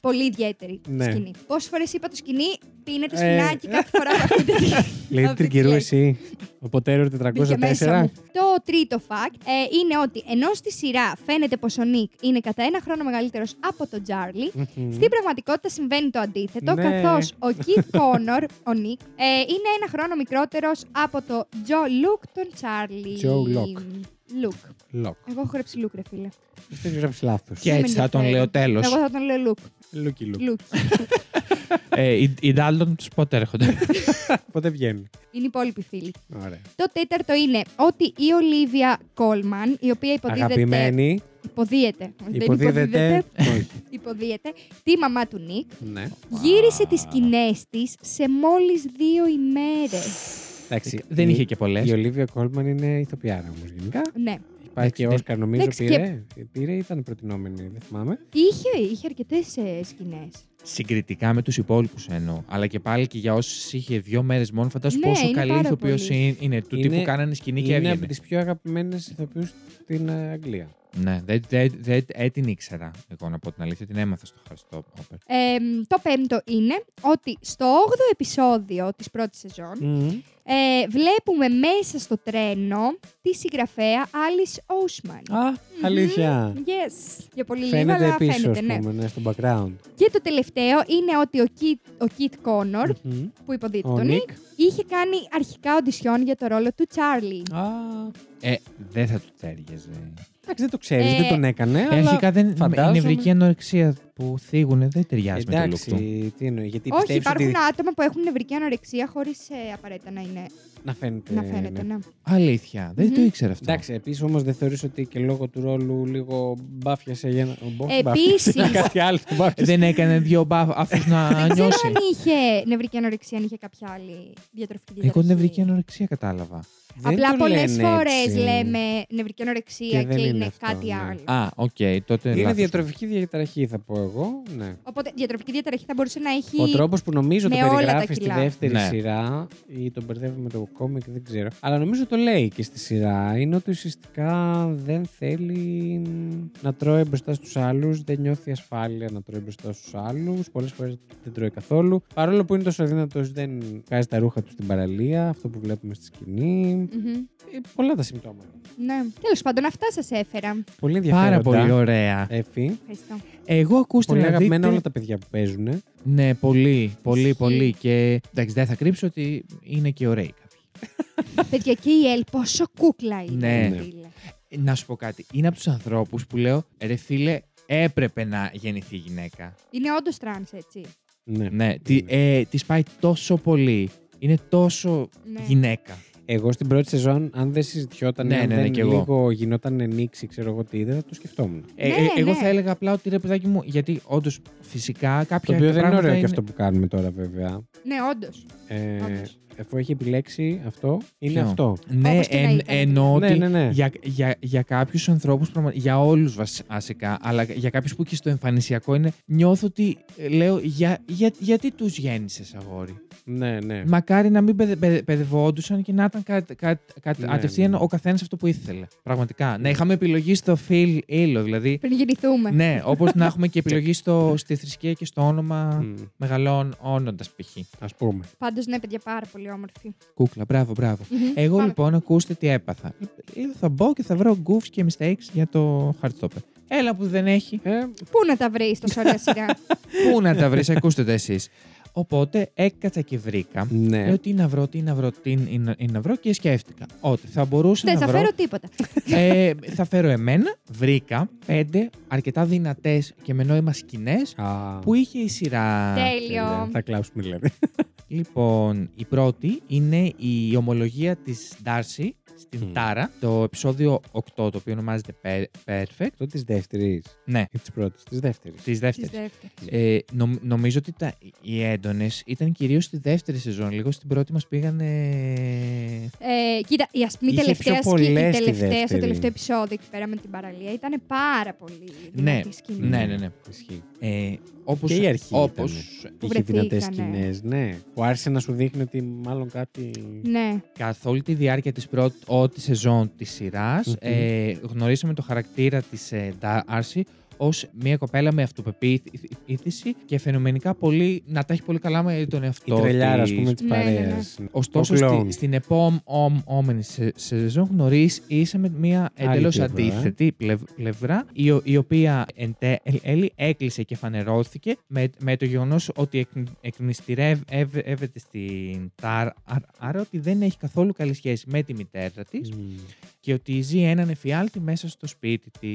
Speaker 2: πολύ ιδιαίτερη η
Speaker 1: Ναι.
Speaker 2: σκηνή. Πόσες φορές είπα το σκηνή, πίνετε
Speaker 1: Ε.
Speaker 2: σφινάκι κάθε φορά που ακούτε τη-
Speaker 1: Λέει
Speaker 2: το
Speaker 1: τρικυρού
Speaker 2: βιβλιάκι.
Speaker 1: εσύ. Ο Ποτέρο
Speaker 2: Μπήκε μέσα
Speaker 1: 404.
Speaker 2: μου. Το τρίτο fact ε, είναι ότι ενώ στη σειρά φαίνεται πως ο Νίκ είναι κατά ένα χρόνο μεγαλύτερος από τον Τζάρλι,
Speaker 1: Μμμ.
Speaker 2: στην πραγματικότητα συμβαίνει το αντίθετο,
Speaker 1: Ναι.
Speaker 2: καθώς καθώ ο Κιτ Κόνορ, ο Νικ, ε, είναι ένα χρόνο μικρότερος από το Τζο Λουκ τον Τσάρλι.
Speaker 1: Τζο Λοκ.
Speaker 2: Λουκ.
Speaker 1: Λοκ.
Speaker 2: Εγώ έχω γράψει Λουκ, ρε φίλε.
Speaker 1: Δεν γράψει λάθος.
Speaker 3: Και
Speaker 2: Δεν
Speaker 3: έτσι
Speaker 2: με
Speaker 3: θα τον
Speaker 2: ενδιαφέρει.
Speaker 3: λέω τέλος.
Speaker 2: Εγώ θα τον λέω Λουκ.
Speaker 1: Λούκι λουκ.
Speaker 2: Λουκ.
Speaker 3: Ε, Οι Ντάλτον τους πότε έρχονται.
Speaker 1: Ποτέ βγαίνει.
Speaker 2: Είναι οι υπόλοιποι φίλοι.
Speaker 1: Ωραία.
Speaker 2: Το τέταρτο είναι ότι η Ολίβια Κόλμαν, η οποία υποδίδεται.
Speaker 1: Αγαπημένη.
Speaker 2: Υποδίεται. Δεν
Speaker 1: Υποδίδεται. Όχι.
Speaker 2: Υποδίεται. Τη μαμά του Νικ.
Speaker 1: Ναι.
Speaker 2: Γύρισε τις σκηνές της σε μόλις δύο ημέρες.
Speaker 1: Εντάξει,
Speaker 3: Δεν
Speaker 1: η-
Speaker 3: είχε και πολλές.
Speaker 1: Η Ολίβια Κόλμαν είναι ηθοποιάρα όμως γενικά.
Speaker 2: Ναι.
Speaker 1: Υπάρχει και ο
Speaker 3: Εντάξει,
Speaker 1: Όσκαρ, νομίζω
Speaker 2: εντάξει,
Speaker 1: πήρε. Πήρε, ήταν προτινόμενη, δεν θυμάμαι.
Speaker 2: Είχε, είχε αρκετές ε, σκηνές.
Speaker 3: Συγκριτικά με τους υπόλοιπους εννοώ. Αλλά και πάλι και για όσου είχε δύο μέρες μόνο, φαντάζομαι
Speaker 2: Ναι,
Speaker 3: πόσο
Speaker 2: είναι
Speaker 3: καλή
Speaker 2: πάρα
Speaker 3: ηθοποιός
Speaker 2: πολύ.
Speaker 3: είναι. είναι του
Speaker 1: Είναι-
Speaker 3: τύπου κάνανε σκηνή και
Speaker 1: Είναι
Speaker 3: έβγαινε.
Speaker 1: από τις πιο αγαπημένες ηθοποιούς στην ε, Αγγλία.
Speaker 3: Ναι, δεν δεν- δεν- ε, την ήξερα εγώ να πω την αλήθεια. Την έμαθα στο Χριστό Όπερ.
Speaker 2: Ε, μ, το πέμπτο είναι ότι στο 8ο επεισόδιο της πρώτης σεζόν ε, βλέπουμε μέσα στο τρένο τη συγγραφέα Alice Ousman.
Speaker 1: Α, αλήθεια.
Speaker 2: Yes. Για πολύ λίγο,
Speaker 1: Φαίνεται
Speaker 2: αλλά
Speaker 1: πίσω, α
Speaker 2: φαίνεται, ναι.
Speaker 1: πούμε, ναι, στο background.
Speaker 2: Και το τελευταίο είναι ότι ο Kit, ο Kit Connor,
Speaker 1: Μμμ.
Speaker 2: που υποδείται
Speaker 1: Ο
Speaker 2: τον Nick,
Speaker 1: Nick.
Speaker 2: είχε κάνει αρχικά οντισιόν για το ρόλο του Charlie.
Speaker 1: Α,
Speaker 3: Ε, δεν θα του τέριαζε.
Speaker 1: εντάξει, δεν το ξέρεις,
Speaker 2: Ε,
Speaker 1: δεν τον έκανε.
Speaker 3: Ε, Αρχικά δεν.
Speaker 1: φαντάζομαι-
Speaker 3: Η νευρική ανορεξία που θίγουν ε, δεν ταιριάζει με το look του.
Speaker 1: Εντάξει, τι εννοείς, γιατί
Speaker 2: Όχι,
Speaker 1: πιστεύεις
Speaker 2: υπάρχουν
Speaker 1: ότι
Speaker 2: άτομα που έχουν νευρική ανορεξία χωρίς απαραίτητα να, είναι,
Speaker 1: να φαίνεται.
Speaker 2: να φαίνεται.
Speaker 1: ναι.
Speaker 2: Ναι.
Speaker 3: Αλήθεια. Δεν
Speaker 2: Μμμ.
Speaker 3: το ήξερα αυτό.
Speaker 1: Εντάξει, επίσης όμως δεν θεωρείς ότι και λόγω του ρόλου λίγο μπάφιασε για να.
Speaker 2: Επίσης.
Speaker 1: μπάφιασε, Κάτι άλλο το μπάφιασε.
Speaker 3: Δεν έκανε δύο μπαφ αυτούς να
Speaker 2: Δεν ξέρω
Speaker 3: νιώσει.
Speaker 2: αν είχε νευρική ανορεξία, αν είχε κάποια άλλη διατροφική διαταραχή.
Speaker 3: Εγώ νευρική ανορεξία κατάλαβα.
Speaker 1: Δεν
Speaker 2: Απλά
Speaker 1: το
Speaker 2: πολλές
Speaker 1: λένε
Speaker 2: φορές
Speaker 1: έτσι.
Speaker 2: λέμε νευρική
Speaker 1: Και
Speaker 2: ανορεξία και,
Speaker 1: δεν είναι
Speaker 2: είναι
Speaker 1: αυτό,
Speaker 2: κάτι
Speaker 1: ναι.
Speaker 2: άλλο.
Speaker 3: Α, οκ, τότε.
Speaker 1: Είναι
Speaker 3: λάθος.
Speaker 1: διατροφική διαταραχή, θα πω εγώ. Ναι.
Speaker 2: Οπότε διατροφική διαταραχή θα μπορούσε να έχει.
Speaker 1: Ο τρόπος που νομίζω το
Speaker 2: με όλα τα
Speaker 1: περιγράφεις στη
Speaker 2: κιλά.
Speaker 1: δεύτερη
Speaker 3: Ναι.
Speaker 1: σειρά, ή τον μπερδεύει με το κόμικ, δεν ξέρω. Αλλά νομίζω το λέει και στη σειρά. Είναι ότι ουσιαστικά δεν θέλει να τρώει μπροστά στους άλλους, δεν νιώθει ασφάλεια να τρώει μπροστά στους άλλους. Πολλές φορές δεν τρώει καθόλου. Παρόλο που είναι τόσο αδύνατος, δεν βγάζει τα ρούχα του στην παραλία, αυτό που βλέπουμε στη σκηνή.
Speaker 2: Μμμ.
Speaker 1: Ε, πολλά τα συμπτώματα.
Speaker 2: Ναι. Τέλος πάντων, αυτά σας έφερα.
Speaker 1: Πολύ
Speaker 3: Πάρα
Speaker 1: ενδιαφέροντα.
Speaker 3: πολύ ωραία.
Speaker 1: Εφη.
Speaker 2: Ευχαριστώ.
Speaker 3: Ε, Εγώ ακούστε
Speaker 1: Πολύ
Speaker 3: να
Speaker 1: αγαπημένα
Speaker 3: δείτε...
Speaker 1: όλα τα παιδιά που παίζουν.
Speaker 3: Ναι, πολύ, πολύ,
Speaker 2: Ισχύει.
Speaker 3: πολύ. Και εντάξει, δεν θα κρύψω ότι είναι και ωραίοι κάποιοι.
Speaker 2: Παιδιά, και η Ελ, πόσο κούκλα είναι.
Speaker 3: Ναι.
Speaker 2: φίλε.
Speaker 3: Να σου πω κάτι. Είναι από τους ανθρώπους που λέω, ρε φίλε, έπρεπε να γεννηθεί γυναίκα.
Speaker 2: Είναι όντως τραν, έτσι.
Speaker 1: Ναι.
Speaker 3: Ναι, τη, ε, της πάει τόσο πολύ. Είναι τόσο
Speaker 2: Ναι.
Speaker 3: γυναίκα.
Speaker 1: Εγώ στην πρώτη σεζόν, αν δεν συζητιόταν,
Speaker 3: Ναι,
Speaker 1: αν
Speaker 3: ναι, ναι,
Speaker 1: δεν
Speaker 3: κι εγώ.
Speaker 1: λίγο γινόταν νίξη, ξέρω εγώ τι είδε, θα το σκεφτόμουν.
Speaker 3: Ε,
Speaker 2: Ναι,
Speaker 3: ε, εγώ
Speaker 2: ναι.
Speaker 3: θα έλεγα απλά ότι ρε παιδάκι μου, γιατί όντως φυσικά κάποια.
Speaker 1: το οποίο δεν είναι
Speaker 3: πράγματα
Speaker 1: ωραίο και αυτό που κάνουμε τώρα, βέβαια.
Speaker 2: Ναι, όντως.
Speaker 1: Ε,
Speaker 2: Όντως.
Speaker 1: αφού έχει επιλέξει αυτό, είναι
Speaker 3: Ποιο?
Speaker 1: αυτό.
Speaker 3: Ναι,
Speaker 2: Όπως και να
Speaker 3: εν-
Speaker 2: ήταν.
Speaker 3: εννοώ ότι
Speaker 1: Ναι, ναι, ναι.
Speaker 3: για, για, για κάποιους ανθρώπους, για όλους βασικά, αλλά για κάποιους που και στο εμφανισιακό είναι, νιώθω ότι ε, λέω για, για, γιατί τους γέννησες, αγόρι.
Speaker 1: Ναι, ναι.
Speaker 3: Μακάρι να μην παιδε- παιδε- παιδευόντουσαν και να ήταν κάτι, κάτι, κάτι
Speaker 1: Ναι,
Speaker 3: αντευθείαν
Speaker 1: ναι.
Speaker 3: ο καθένας αυτό που ήθελε. Πραγματικά. Να είχαμε επιλογή στο Phil Ήλο, δηλαδή.
Speaker 2: Πριν γεννηθούμε.
Speaker 3: ναι, όπως να έχουμε και επιλογή στο, στη θρησκεία και στο όνομα
Speaker 1: Ναι. Μμ,
Speaker 3: μεγαλών όνοντα π.χ.
Speaker 1: ας πούμε.
Speaker 2: Πάντως, ναι, παιδιά, πάρα πολύ όμορφη.
Speaker 3: Κούκλα, μπράβο, μπράβο.
Speaker 2: Μμμ.
Speaker 3: Εγώ
Speaker 2: Πάμε.
Speaker 3: λοιπόν, ακούστε τι έπαθα. Λέω, θα μπω και θα βρω goofs και mistakes για το hardstopper. Έλα που δεν έχει.
Speaker 1: Ε,
Speaker 2: Πού να τα βρεις στο σωρία σειρά.
Speaker 3: Πού να τα βρεις, ακούστε τα εσείς. Οπότε έκατσα και βρήκα.
Speaker 1: ναι.
Speaker 3: Λέω τι να βρω, τι να βρω, τι να- τι να βρω και σκέφτηκα ότι θα μπορούσα
Speaker 2: Δεν
Speaker 3: να
Speaker 2: θα
Speaker 3: βρω.
Speaker 2: φέρω τίποτα.
Speaker 3: ε, θα φέρω εμένα. Βρήκα πέντε αρκετά δυνατές και με νόημα σκηνές
Speaker 1: Α, ε,
Speaker 3: που είχε η σειρά.
Speaker 2: Τέλειο.
Speaker 1: θα κλάψουμε δηλαδή.
Speaker 3: Λοιπόν, η πρώτη είναι η ομολογία της Darcy στην
Speaker 1: Μμμ.
Speaker 3: Τάρα, το επεισόδιο 8, το οποίο ονομάζεται Per- Perfect.
Speaker 1: Αυτό της δεύτερης.
Speaker 3: Ναι,
Speaker 1: Ή της πρώτης, της δεύτερης.
Speaker 3: της
Speaker 2: Της
Speaker 3: δεύτερης.
Speaker 2: δεύτερης.
Speaker 3: Ε, νομ- νομίζω ότι τα, οι έντονες ήταν κυρίως στη δεύτερη σεζόν. Λίγο στην πρώτη μας πήγανε.
Speaker 2: Ε, κοίτα, η ας πούμε η
Speaker 1: Είχε
Speaker 2: τελευταία
Speaker 1: πιο
Speaker 2: σκηνή, η
Speaker 1: πολλές τη
Speaker 2: τελευταία, στο
Speaker 1: δεύτερη.
Speaker 2: τελευταίο επεισόδιο εκεί πέρα με την παραλία ήταν πάρα πολύ
Speaker 3: Ναι,
Speaker 2: δυνατή σκηνή.
Speaker 3: Ναι, ναι, ναι.
Speaker 1: Ισχύει.
Speaker 3: Ε, όπως,
Speaker 1: Και η αρχή
Speaker 3: όπως,
Speaker 1: Είχε
Speaker 2: βρεθήκανε.
Speaker 1: δυνατές σκηνές, ναι. Που άρχισε να σου δείχνει ότι μάλλον κάτι.
Speaker 2: Ναι.
Speaker 3: καθ' όλη τη διάρκεια της πρώτης σεζόν της σειρας
Speaker 1: Μμμ.
Speaker 3: ε, γνωρίσαμε το χαρακτήρα της ε, Darcy ως μια κοπέλα με αυτοπεποίθηση και φαινομενικά πολύ, να τα έχει πολύ καλά με τον
Speaker 1: Η
Speaker 3: εαυτό
Speaker 1: τρελιάρα, ας
Speaker 3: της.
Speaker 1: πούμε, της
Speaker 2: Ναι, ναι, ναι.
Speaker 1: παρέας.
Speaker 3: Ωστόσο,
Speaker 1: Ο
Speaker 3: στη,
Speaker 1: κλόουν.
Speaker 3: στην επόμενη σε, σεζόν γνωρίζει είσαι με μια
Speaker 1: Άλλη
Speaker 3: εντελώς
Speaker 1: πλευρά.
Speaker 3: αντίθετη πλευ- πλευρά, η, ο- η οποία εν τέλει έκλεισε και φανερώθηκε με, με το γεγονός ότι εκ, εκμυστηρεύεται στην Τάρα, άρα ότι δεν έχει καθόλου καλή σχέση με τη μητέρα της
Speaker 1: Μμμ.
Speaker 3: και ότι ζει έναν εφιάλτη μέσα στο σπίτι της.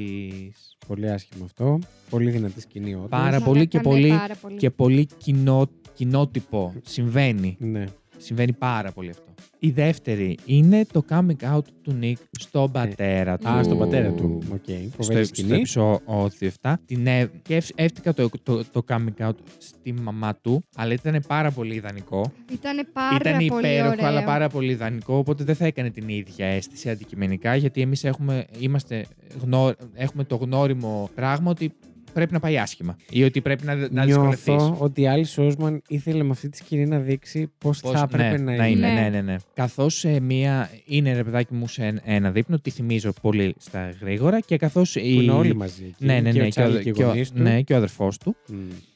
Speaker 1: Πολύ άσχημο αυτό. Πολύ δυνατή σκηνή όντως.
Speaker 3: Πάρα
Speaker 2: Μαλάκα,
Speaker 3: πολύ και
Speaker 2: ναι,
Speaker 3: πολύ,
Speaker 2: πάρα πολύ.
Speaker 3: και πολύ κοινό, κοινότυπο. Συμβαίνει.
Speaker 1: Ναι.
Speaker 3: Συμβαίνει πάρα πολύ αυτό. Η δεύτερη είναι το coming out του Νίκ στον πατέρα του.
Speaker 1: Ε, Α, στον
Speaker 2: Ου.
Speaker 1: πατέρα του. Οκ.
Speaker 3: Στο,
Speaker 1: Φοβερή
Speaker 3: στο
Speaker 1: σκηνή.
Speaker 3: επεισόδιο 7. Την ε, και ευσ- έφτιακα το, το, το coming out στη μαμά του, αλλά ήταν πάρα πολύ ιδανικό.
Speaker 2: Ήταν πάρα
Speaker 3: ήταν
Speaker 2: πολύ
Speaker 3: υπέροχο,
Speaker 2: ωραίο.
Speaker 3: αλλά πάρα πολύ ιδανικό. Οπότε δεν θα έκανε την ίδια αίσθηση αντικειμενικά, γιατί εμείς έχουμε, είμαστε γνω, έχουμε το γνώριμο πράγμα ότι πρέπει να πάει άσχημα. Ή ότι πρέπει να, να δυσκολευτείς.
Speaker 1: Νιώθω ότι η Άλλη Σόσμαν ήθελε με αυτή τη σκηνή να δείξει πώς
Speaker 3: Πώς-
Speaker 1: θα έπρεπε
Speaker 3: ναι,
Speaker 1: να είναι.
Speaker 2: Ναι.
Speaker 3: Ναι, ναι, ναι. Καθώς μία. είναι ρε παιδάκι μου σε εν- ένα δείπνο, τη θυμίζω πολύ στα γρήγορα και καθώς.
Speaker 1: Που είναι όλοι μαζί. εκεί.
Speaker 3: Ναι, ναι,
Speaker 1: Και
Speaker 3: ναι.
Speaker 1: ο Τσάρλι και οι
Speaker 3: και ο-
Speaker 1: γονείς του.
Speaker 3: ναι, και ο αδερφός του.
Speaker 1: Μμ.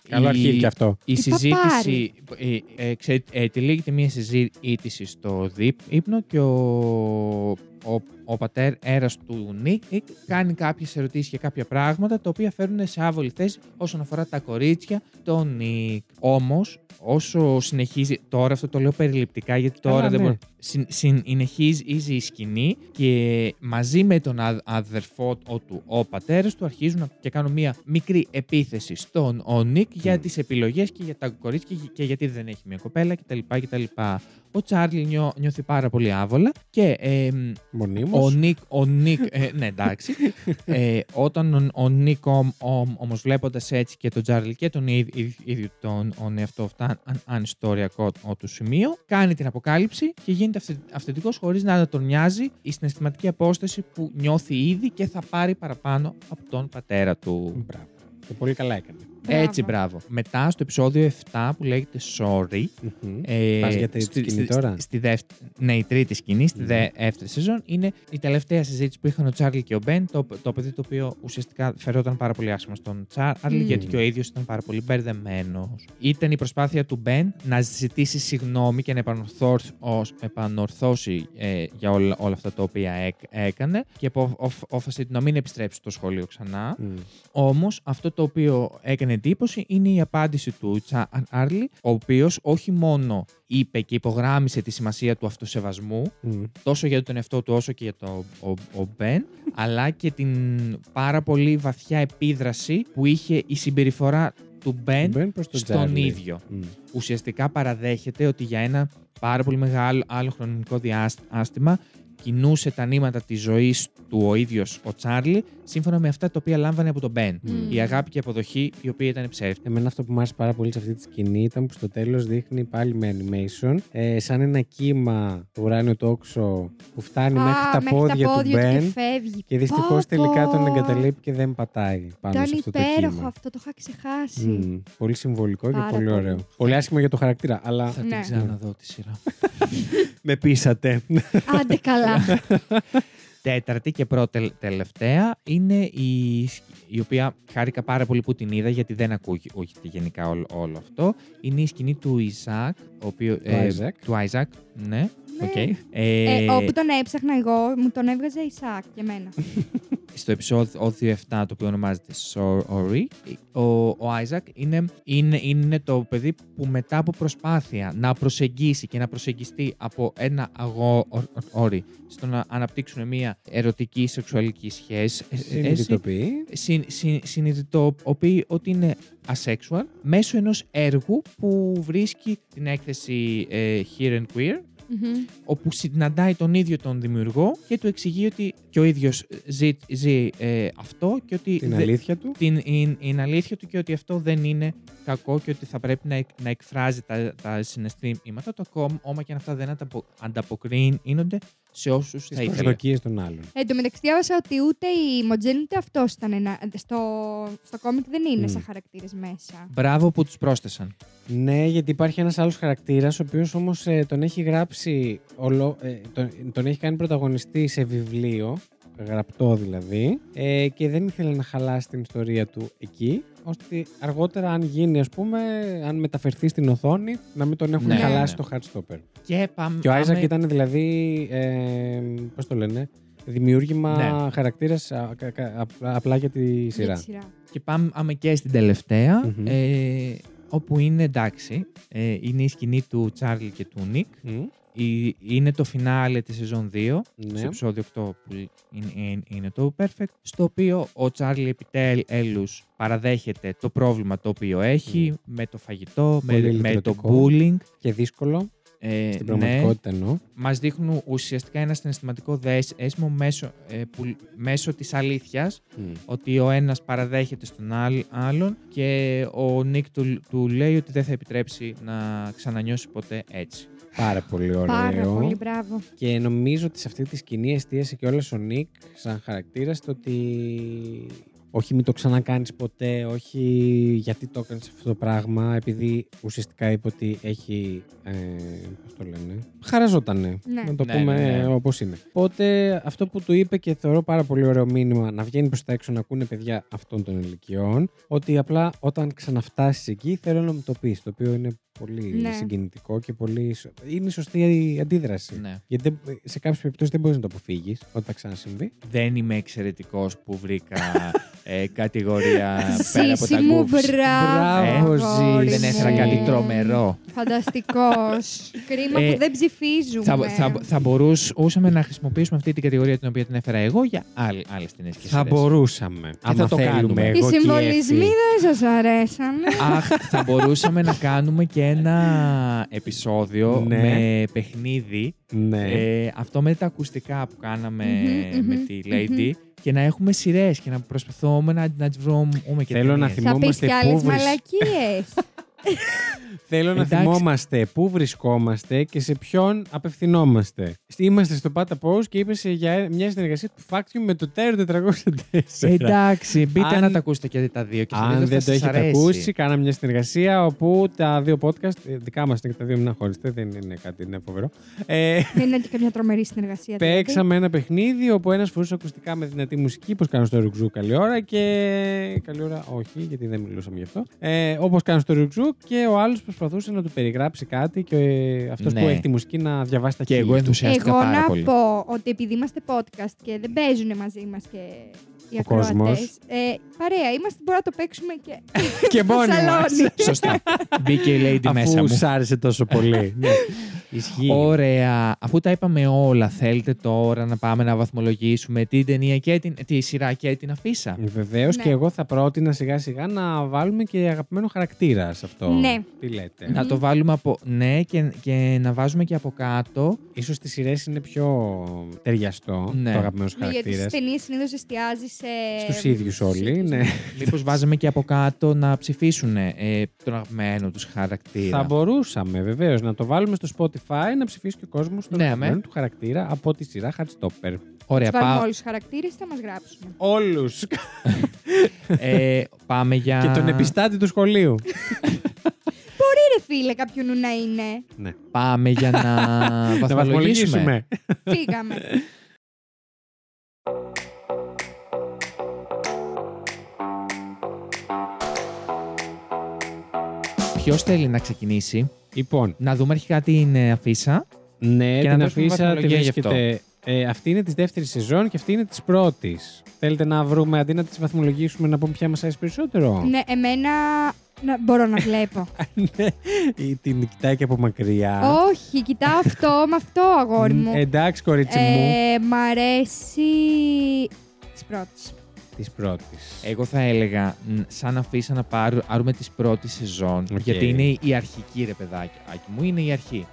Speaker 1: Καλό
Speaker 3: Η-
Speaker 1: αρχίδι και αυτό.
Speaker 3: Η
Speaker 2: Τι
Speaker 3: συζήτηση.
Speaker 2: παπάρι.
Speaker 3: Ε, ε, ξέρετε, ε, Τελείγεται μία συζήτηση στο δείπνο και ο, ο, ο πατέρα του Νίκ Νίκ κάνει κάποιες ερωτήσεις και κάποια πράγματα τα οποία φέρνουν σε άβολη θέση όσον αφορά τα κορίτσια τον Νίκ. Όμως, όσο συνεχίζει. Τώρα αυτό το λέω περιληπτικά γιατί τώρα
Speaker 1: Καλά,
Speaker 3: δεν
Speaker 1: ναι.
Speaker 3: μπορώ. Συν, συνεχίζει η σκηνή και μαζί με τον αδ- αδερφό ο- του, ο πατέρας του, αρχίζουν να- και κάνουν μία μικρή επίθεση στον ο Νίκ για
Speaker 1: Μμ.
Speaker 3: τις επιλογές και για τα κορίτσια και, και γιατί δεν έχει μία κοπέλα κτλ. κτλ. Ο Τσάρλι νιώ, νιώθει πάρα πολύ άβολα και εμ, ο
Speaker 1: Μονίμω.
Speaker 3: Νίκ, ο Νίκ, ε, ναι εντάξει, ε, όταν ο, ο Νίκ όμω όμως βλέποντας έτσι και τον Τζάρλι και τον ίδ- ίδ- ίδιο τον τον εαυτό φτάνει ανιστοριακό του σημείο, κάνει την αποκάλυψη και γίνεται αυθε- αυθεντικός χωρίς να τον νοιάζει η συναισθηματική απόσταση που νιώθει ήδη και θα πάρει παραπάνω από τον πατέρα του.
Speaker 1: Μπράβο. Και πολύ καλά έκανε.
Speaker 2: Μπράβο.
Speaker 3: Έτσι, μπράβο. Μετά στο επεισόδιο 7 που λέγεται Sorry,
Speaker 1: Μμμ.
Speaker 3: ε,
Speaker 1: Πας για τρίτη σκηνή τώρα?
Speaker 3: Στη, δεύτερη, ναι, η τρίτη σκηνή, στη
Speaker 1: Ναι.
Speaker 3: δεύτερη σεζόν, είναι η τελευταία συζήτηση που είχαν ο Τσάρλι και ο Μπεν, το, το παιδί το οποίο ουσιαστικά φερόταν πάρα πολύ άσχημα στον Τσάρλι,
Speaker 1: Mm.
Speaker 2: Μμμ.
Speaker 3: γιατί και ο ίδιος ήταν πάρα πολύ μπερδεμένος. Ήταν η προσπάθεια του Μπεν να ζητήσει συγγνώμη και να επανορθώσει, ως- επανορθώσει ε, για όλα, όλα αυτά τα οποία έκ- έκανε και απο- αποφ- απόφασε του να μην επιστρέψει στο σχολείο ξανά.
Speaker 1: Μμ.
Speaker 3: Όμως αυτό το οποίο έκανε εντύπωση είναι η απάντηση του Τσάρλι, ο οποίος όχι μόνο είπε και υπογράμμισε τη σημασία του αυτοσεβασμού,
Speaker 1: Μμ.
Speaker 3: τόσο για τον εαυτό του όσο και για τον ο, ο Μπεν, αλλά και την πάρα πολύ βαθιά επίδραση που είχε η συμπεριφορά του Μπεν
Speaker 1: Μπαίνει προς τον
Speaker 3: στον
Speaker 1: Τσάρλι.
Speaker 3: ίδιο.
Speaker 1: Μμ.
Speaker 3: Ουσιαστικά παραδέχεται ότι για ένα πάρα πολύ μεγάλο άλλο χρονικό διάστημα κινούσε τα νήματα της ζωής του ο ίδιος ο Τσάρλι, σύμφωνα με αυτά τα οποία λάμβανε από τον Μπεν.
Speaker 1: Μμμ.
Speaker 3: Η αγάπη και η αποδοχή, η οποία ήταν ψεύτη.
Speaker 1: Εμένα αυτό που μου άρεσε πάρα πολύ σε αυτή τη σκηνή ήταν που στο τέλος δείχνει πάλι με animation ε, σαν ένα κύμα του ουράνιου τόξο που φτάνει
Speaker 2: Α,
Speaker 1: μέχρι τα πόδια του
Speaker 2: και
Speaker 1: Μπεν
Speaker 2: φεύγει.
Speaker 1: και δυστυχώς
Speaker 2: Πω, πω.
Speaker 1: τελικά τον εγκαταλείπει και δεν πατάει πάνω σε
Speaker 2: Ήταν
Speaker 1: αυτό το
Speaker 2: υπέροχο
Speaker 1: κύμα.
Speaker 2: αυτό, το είχα ξεχάσει.
Speaker 1: Μμμ. Πολύ συμβολικό
Speaker 2: Πάρα
Speaker 1: και πολύ
Speaker 2: πολύ.
Speaker 1: ωραίο. Πολύ άσχημο για το χαρακτήρα, αλλά
Speaker 3: Θα
Speaker 2: Ναι.
Speaker 3: την ξαναδώ τη σειρά.
Speaker 1: με πείσατε.
Speaker 2: Άντε καλά.
Speaker 3: Τέταρτη και πρώτη τελευταία είναι η, η οποία χάρηκα πάρα πολύ που την είδα γιατί δεν ακούγεται γενικά όλο, όλο αυτό. Είναι η σκηνή του Ισακ, ο οποίο,
Speaker 1: Του Isaac.
Speaker 3: του Isaac, ναι.
Speaker 2: Ναι.
Speaker 3: οκ.
Speaker 2: Ε,
Speaker 3: Ε,
Speaker 2: όπου τον έψαχνα εγώ, μου τον έβγαζε η Σάκ για μένα.
Speaker 3: στο επεισόδιο 7 το οποίο ονομάζεται Sorry, ο, ο Isaac είναι, είναι, είναι το παιδί που μετά από προσπάθεια να προσεγγίσει και να προσεγγιστεί από ένα αγόρι στο να αναπτύξουν μια ερωτική σεξουαλική σχέση, ε, ε,
Speaker 1: Συνειδητοποιεί.
Speaker 3: συν, συν, συνειδητοποιεί ότι είναι asexual μέσω ενός έργου που βρίσκει την έκθεση ε, Here and Queer
Speaker 2: Μμμ.
Speaker 3: όπου συναντάει τον ίδιο τον δημιουργό και του εξηγεί ότι και ο ίδιος ζει, ζει, ε, αυτό και ότι
Speaker 1: Την
Speaker 3: δε-
Speaker 1: αλήθεια του.
Speaker 3: την, είναι- είναι αλήθεια του και ότι αυτό δεν είναι κακό και ότι θα πρέπει να, εκ- να εκφράζει τα, τα συναισθήματα του ακόμα και αν αυτά δεν ανταπο- ανταποκρίνονται σε όσους θα
Speaker 1: Τι
Speaker 3: ήθελε.
Speaker 1: προσδοκίες των άλλων.
Speaker 2: Εν τω μεταξύ, διάβασα ότι ούτε η Μοντζέν ούτε αυτός ήταν ένα. Στο, στο κόμικ δεν είναι
Speaker 1: Μμ.
Speaker 2: σαν χαρακτήρες μέσα.
Speaker 3: Μπράβο που τους πρόσθεσαν.
Speaker 1: Ναι, γιατί υπάρχει ένας άλλος χαρακτήρας, ο οποίος όμως τον έχει γράψει. Ολο, ε, τον, τον έχει κάνει πρωταγωνιστή σε βιβλίο, γραπτό δηλαδή, ε, και δεν ήθελε να χαλάσει την ιστορία του εκεί, ώστε αργότερα, αν γίνει, ας πούμε, αν μεταφερθεί στην οθόνη, να μην τον έχουν
Speaker 3: Ναι,
Speaker 1: χαλάσει
Speaker 3: ναι.
Speaker 1: το Hardstopper.
Speaker 3: Και πάμε...
Speaker 1: Και ο Άιζακ
Speaker 3: πάμε-
Speaker 1: ήταν δηλαδή. Ε, Πώς το λένε, δημιούργημα
Speaker 3: Ναι.
Speaker 1: χαρακτήρας απλά για τη
Speaker 2: Για τη
Speaker 1: σειρά.
Speaker 2: σειρά.
Speaker 3: Και πάμε άμε και στην τελευταια
Speaker 1: Μμμ.
Speaker 3: ε, όπου είναι εντάξει, ε, είναι η σκηνή του Τσάρλι και του Νίκ.
Speaker 1: Μμ,
Speaker 3: Η- είναι το φινάλε της σεζόν 2,
Speaker 1: Ναι.
Speaker 3: στο επεισόδιο 8 που είναι, είναι- είναι το Perfect, στο οποίο ο Τσάρλι επιτέλους παραδέχεται το πρόβλημα το οποίο έχει με το φαγητό, με,
Speaker 1: Ναι. Πολύ
Speaker 3: με το
Speaker 1: λυτρωτικό.
Speaker 3: bullying.
Speaker 1: Και δύσκολο
Speaker 3: Ε,
Speaker 1: στην
Speaker 3: ναι,
Speaker 1: πραγματικότητα εννοώ.
Speaker 3: μας δείχνουν ουσιαστικά ένα συναισθηματικό δέσμο μέσω, ε, που- μέσω της αλήθειας
Speaker 1: Μμ.
Speaker 3: ότι ο ένας παραδέχεται στον άλλ- άλλον και ο Νίκ του, του λέει ότι δεν θα επιτρέψει να ξανανιώσει ποτέ έτσι.
Speaker 1: Πάρα πολύ ωραίο.
Speaker 2: Πάρα πολύ μπράβο.
Speaker 1: Και νομίζω ότι σε αυτή τη σκηνή εστίασε και όλες ο Νίκ σαν χαρακτήρας στο ότι όχι μην το ξανακάνεις ποτέ, όχι γιατί το έκανες αυτό το πράγμα, επειδή ουσιαστικά είπε ότι έχει, ε, πώς το λένε, χαραζότανε,
Speaker 2: Ναι.
Speaker 1: να το
Speaker 3: Ναι,
Speaker 1: πούμε
Speaker 3: ναι, ναι.
Speaker 1: όπως είναι. Οπότε αυτό που του είπε και θεωρώ πάρα πολύ ωραίο μήνυμα να βγαίνει προς τα έξω να ακούνε παιδιά αυτών των ηλικιών, ότι απλά όταν ξαναφτάσεις εκεί θέλω να μου το πεις, το οποίο είναι πολύ
Speaker 2: Ναι.
Speaker 1: συγκινητικό και πολύ... σο- Είναι η σωστή η αντίδραση.
Speaker 3: Ναι.
Speaker 1: Γιατί δεν- σε κάποιες περιπτώσεις δεν μπορείς να το αποφύγεις όταν θα ξανασυμβεί.
Speaker 3: Δεν είμαι εξαιρετικός που βρήκα ε, κατηγορία πέρα από τα
Speaker 2: Σύση μου,
Speaker 3: γκουφς.
Speaker 2: μπράβο.
Speaker 1: Μπράβο,
Speaker 2: αγόρι
Speaker 1: Ζήση.
Speaker 3: Δεν έφερα
Speaker 2: μου.
Speaker 3: κάτι τρομερό.
Speaker 2: Φανταστικός. Κρίμα
Speaker 3: Ε,
Speaker 2: που δεν ψηφίζουμε.
Speaker 3: Θα, θα, θα μπορούσαμε να χρησιμοποιήσουμε αυτή την κατηγορία την οποία την έφερα εγώ για άλλες ταινίες και
Speaker 1: Θα
Speaker 3: σειρές.
Speaker 1: μπορούσαμε. Αν
Speaker 3: θα
Speaker 1: θα
Speaker 3: το
Speaker 1: το
Speaker 3: κάνουμε.
Speaker 1: κάνουμε.
Speaker 2: Οι
Speaker 1: Εγώ και η
Speaker 2: συμβολισμοί
Speaker 1: Εύη.
Speaker 2: δεν σας αρέσαν.
Speaker 3: Αχ, θα μπορούσαμε να κάνουμε και ένα επεισόδιο
Speaker 1: Ναι.
Speaker 3: με παιχνίδι.
Speaker 1: Ναι.
Speaker 3: Ε, αυτό με τα ακουστικά που κάναμε
Speaker 2: Μμμ, μμμ,
Speaker 3: με τη Lady. Και να έχουμε σειρές και να προσπαθούμε να, να τις βρούμε και
Speaker 1: Θέλω να
Speaker 3: ταινίες.
Speaker 1: θυμ-
Speaker 2: Θα πεις
Speaker 1: θυμόμαστε
Speaker 2: κι άλλες
Speaker 1: πού βρεις-
Speaker 2: μαλακίες.
Speaker 1: Θέλω να
Speaker 3: εντάξει.
Speaker 1: θυμόμαστε πού βρισκόμαστε και σε ποιον απευθυνόμαστε. Είμαστε στο Πάτα Post και είπες για μια συνεργασία του Factium με το Terror 404.
Speaker 3: Εντάξει, μπείτε
Speaker 1: Αν-
Speaker 3: να τα ακούσετε και τα δύο. Και θα δείτε
Speaker 1: Αν
Speaker 3: ότι
Speaker 1: δεν
Speaker 3: θα
Speaker 1: το
Speaker 3: σας
Speaker 1: έχετε
Speaker 3: αρέσει.
Speaker 1: ακούσει, κάναμε μια συνεργασία όπου τα δύο podcast, ε, δικά μας είναι και τα δύο, μην αγχώνεστε, δεν είναι κάτι είναι φοβερό. Ε,
Speaker 2: Δεν είναι και καμιά τρομερή συνεργασία. δηλαδή.
Speaker 1: Παίξαμε ένα παιχνίδι όπου ένας φορούσε ακουστικά με δυνατή μουσική, όπως κάνω στο ρουξού καλή ώρα και. Καλή ώρα, όχι, γιατί δεν μιλούσαμε γι' αυτό. Ε, όπως κάνω στο ρουξού και ο άλλος προσπαθούσε να του περιγράψει κάτι και αυτός
Speaker 3: Ναι.
Speaker 1: που έχει τη μουσική να διαβάσει τα
Speaker 3: Και
Speaker 1: χείλη
Speaker 3: εγώ
Speaker 1: του.
Speaker 3: ενθουσιάστηκα
Speaker 2: Εγώ
Speaker 3: πάρα
Speaker 2: να
Speaker 3: πολύ.
Speaker 2: πω ότι επειδή είμαστε podcast και δεν παίζουν μαζί μας και οι
Speaker 1: Ο
Speaker 2: ακροατέ.
Speaker 1: κόσμος.
Speaker 2: Ε, παρέα είμαστε, μπορούμε να το παίξουμε και.
Speaker 1: και
Speaker 2: στο
Speaker 1: μόνοι μας.
Speaker 2: σαλόνι.
Speaker 3: Σωστά. Μπήκε η Lady μέσα
Speaker 1: Αφού
Speaker 3: μου.
Speaker 1: σ' άρεσε τόσο πολύ. ναι. Ισχύει.
Speaker 3: Ωραία. Αφού τα είπαμε όλα, θέλετε τώρα να πάμε να βαθμολογήσουμε την ταινία και την. τη σειρά και την αφίσα.
Speaker 1: Βεβαίως
Speaker 2: Ναι.
Speaker 1: Ε, και εγώ θα πρότεινα σιγά σιγά να βάλουμε και αγαπημένο χαρακτήρα σε αυτό.
Speaker 2: Ναι.
Speaker 1: Τι λέτε.
Speaker 3: Να το βάλουμε από. Ναι, και, και να βάζουμε και από κάτω.
Speaker 1: Ίσως στις σειρές είναι πιο ταιριαστό
Speaker 3: Ναι.
Speaker 1: το αγαπημένος
Speaker 2: Ναι, γιατί
Speaker 1: χαρακτήρας.
Speaker 2: στι ταινίες συνήθως εστιάζεις σε.
Speaker 1: Στους ίδιους όλοι,
Speaker 2: ίδιους.
Speaker 1: ναι.
Speaker 3: Μήπως βάζαμε και από κάτω να ψηφίσουν ε, τον αγαπημένο τους χαρακτήρα.
Speaker 1: Θα μπορούσαμε βεβαίως να το βάλουμε στο Spotify να ψηφίσει και ο κόσμος τον
Speaker 3: Ναι,
Speaker 1: αγαπημένο
Speaker 3: με.
Speaker 1: του χαρακτήρα από τη σειρά Hardstopper.
Speaker 3: Ωραία,
Speaker 2: Τους Βάλουμε
Speaker 3: πά-
Speaker 2: όλους τους χαρακτήρες, θα μας γράψουν.
Speaker 1: Όλους.
Speaker 3: ε, πάμε για.
Speaker 1: και τον επιστάτη του σχολείου.
Speaker 2: Ρε φίλε, κάποιου νου να είναι.
Speaker 1: ναι.
Speaker 3: Πάμε για να
Speaker 1: Να
Speaker 3: βαθμολογήσουμε.
Speaker 1: βαθμολογήσουμε.
Speaker 2: Φύγαμε.
Speaker 3: Ποιος θέλει να ξεκινήσει,
Speaker 1: λοιπόν,
Speaker 3: να δούμε αρχικά την ε, αφίσα.
Speaker 1: ναι,
Speaker 3: Και να
Speaker 1: την
Speaker 3: δώσουμε
Speaker 1: αφήσα τη
Speaker 3: βαθμολογία γι' αυτό.
Speaker 1: βρίσκεται. Ε, αυτή είναι της δεύτερης σεζόν και αυτή είναι της πρώτης. Θέλετε να βρούμε αντί να τις βαθμολογήσουμε να πούμε ποια μας αρέσει περισσότερο.
Speaker 2: ναι, εμένα να- μπορώ να βλέπω.
Speaker 1: Ναι. Ή την κοιτάει και από μακριά.
Speaker 2: Όχι, κοιτάω αυτό με αυτό, αγόρι
Speaker 1: Μ,
Speaker 2: μου.
Speaker 1: Εντάξει, κορίτσι μου.
Speaker 2: Ε, μ' αρέσει της πρώτης.
Speaker 1: Της πρώτης.
Speaker 3: Εγώ θα έλεγα, ν- σαν αφίσα να πάρω- πάρουμε της πρώτης σεζόν.
Speaker 1: Οκ.
Speaker 3: Γιατί είναι η αρχική, ρε παιδάκι Άκη μου. Είναι η αρχή.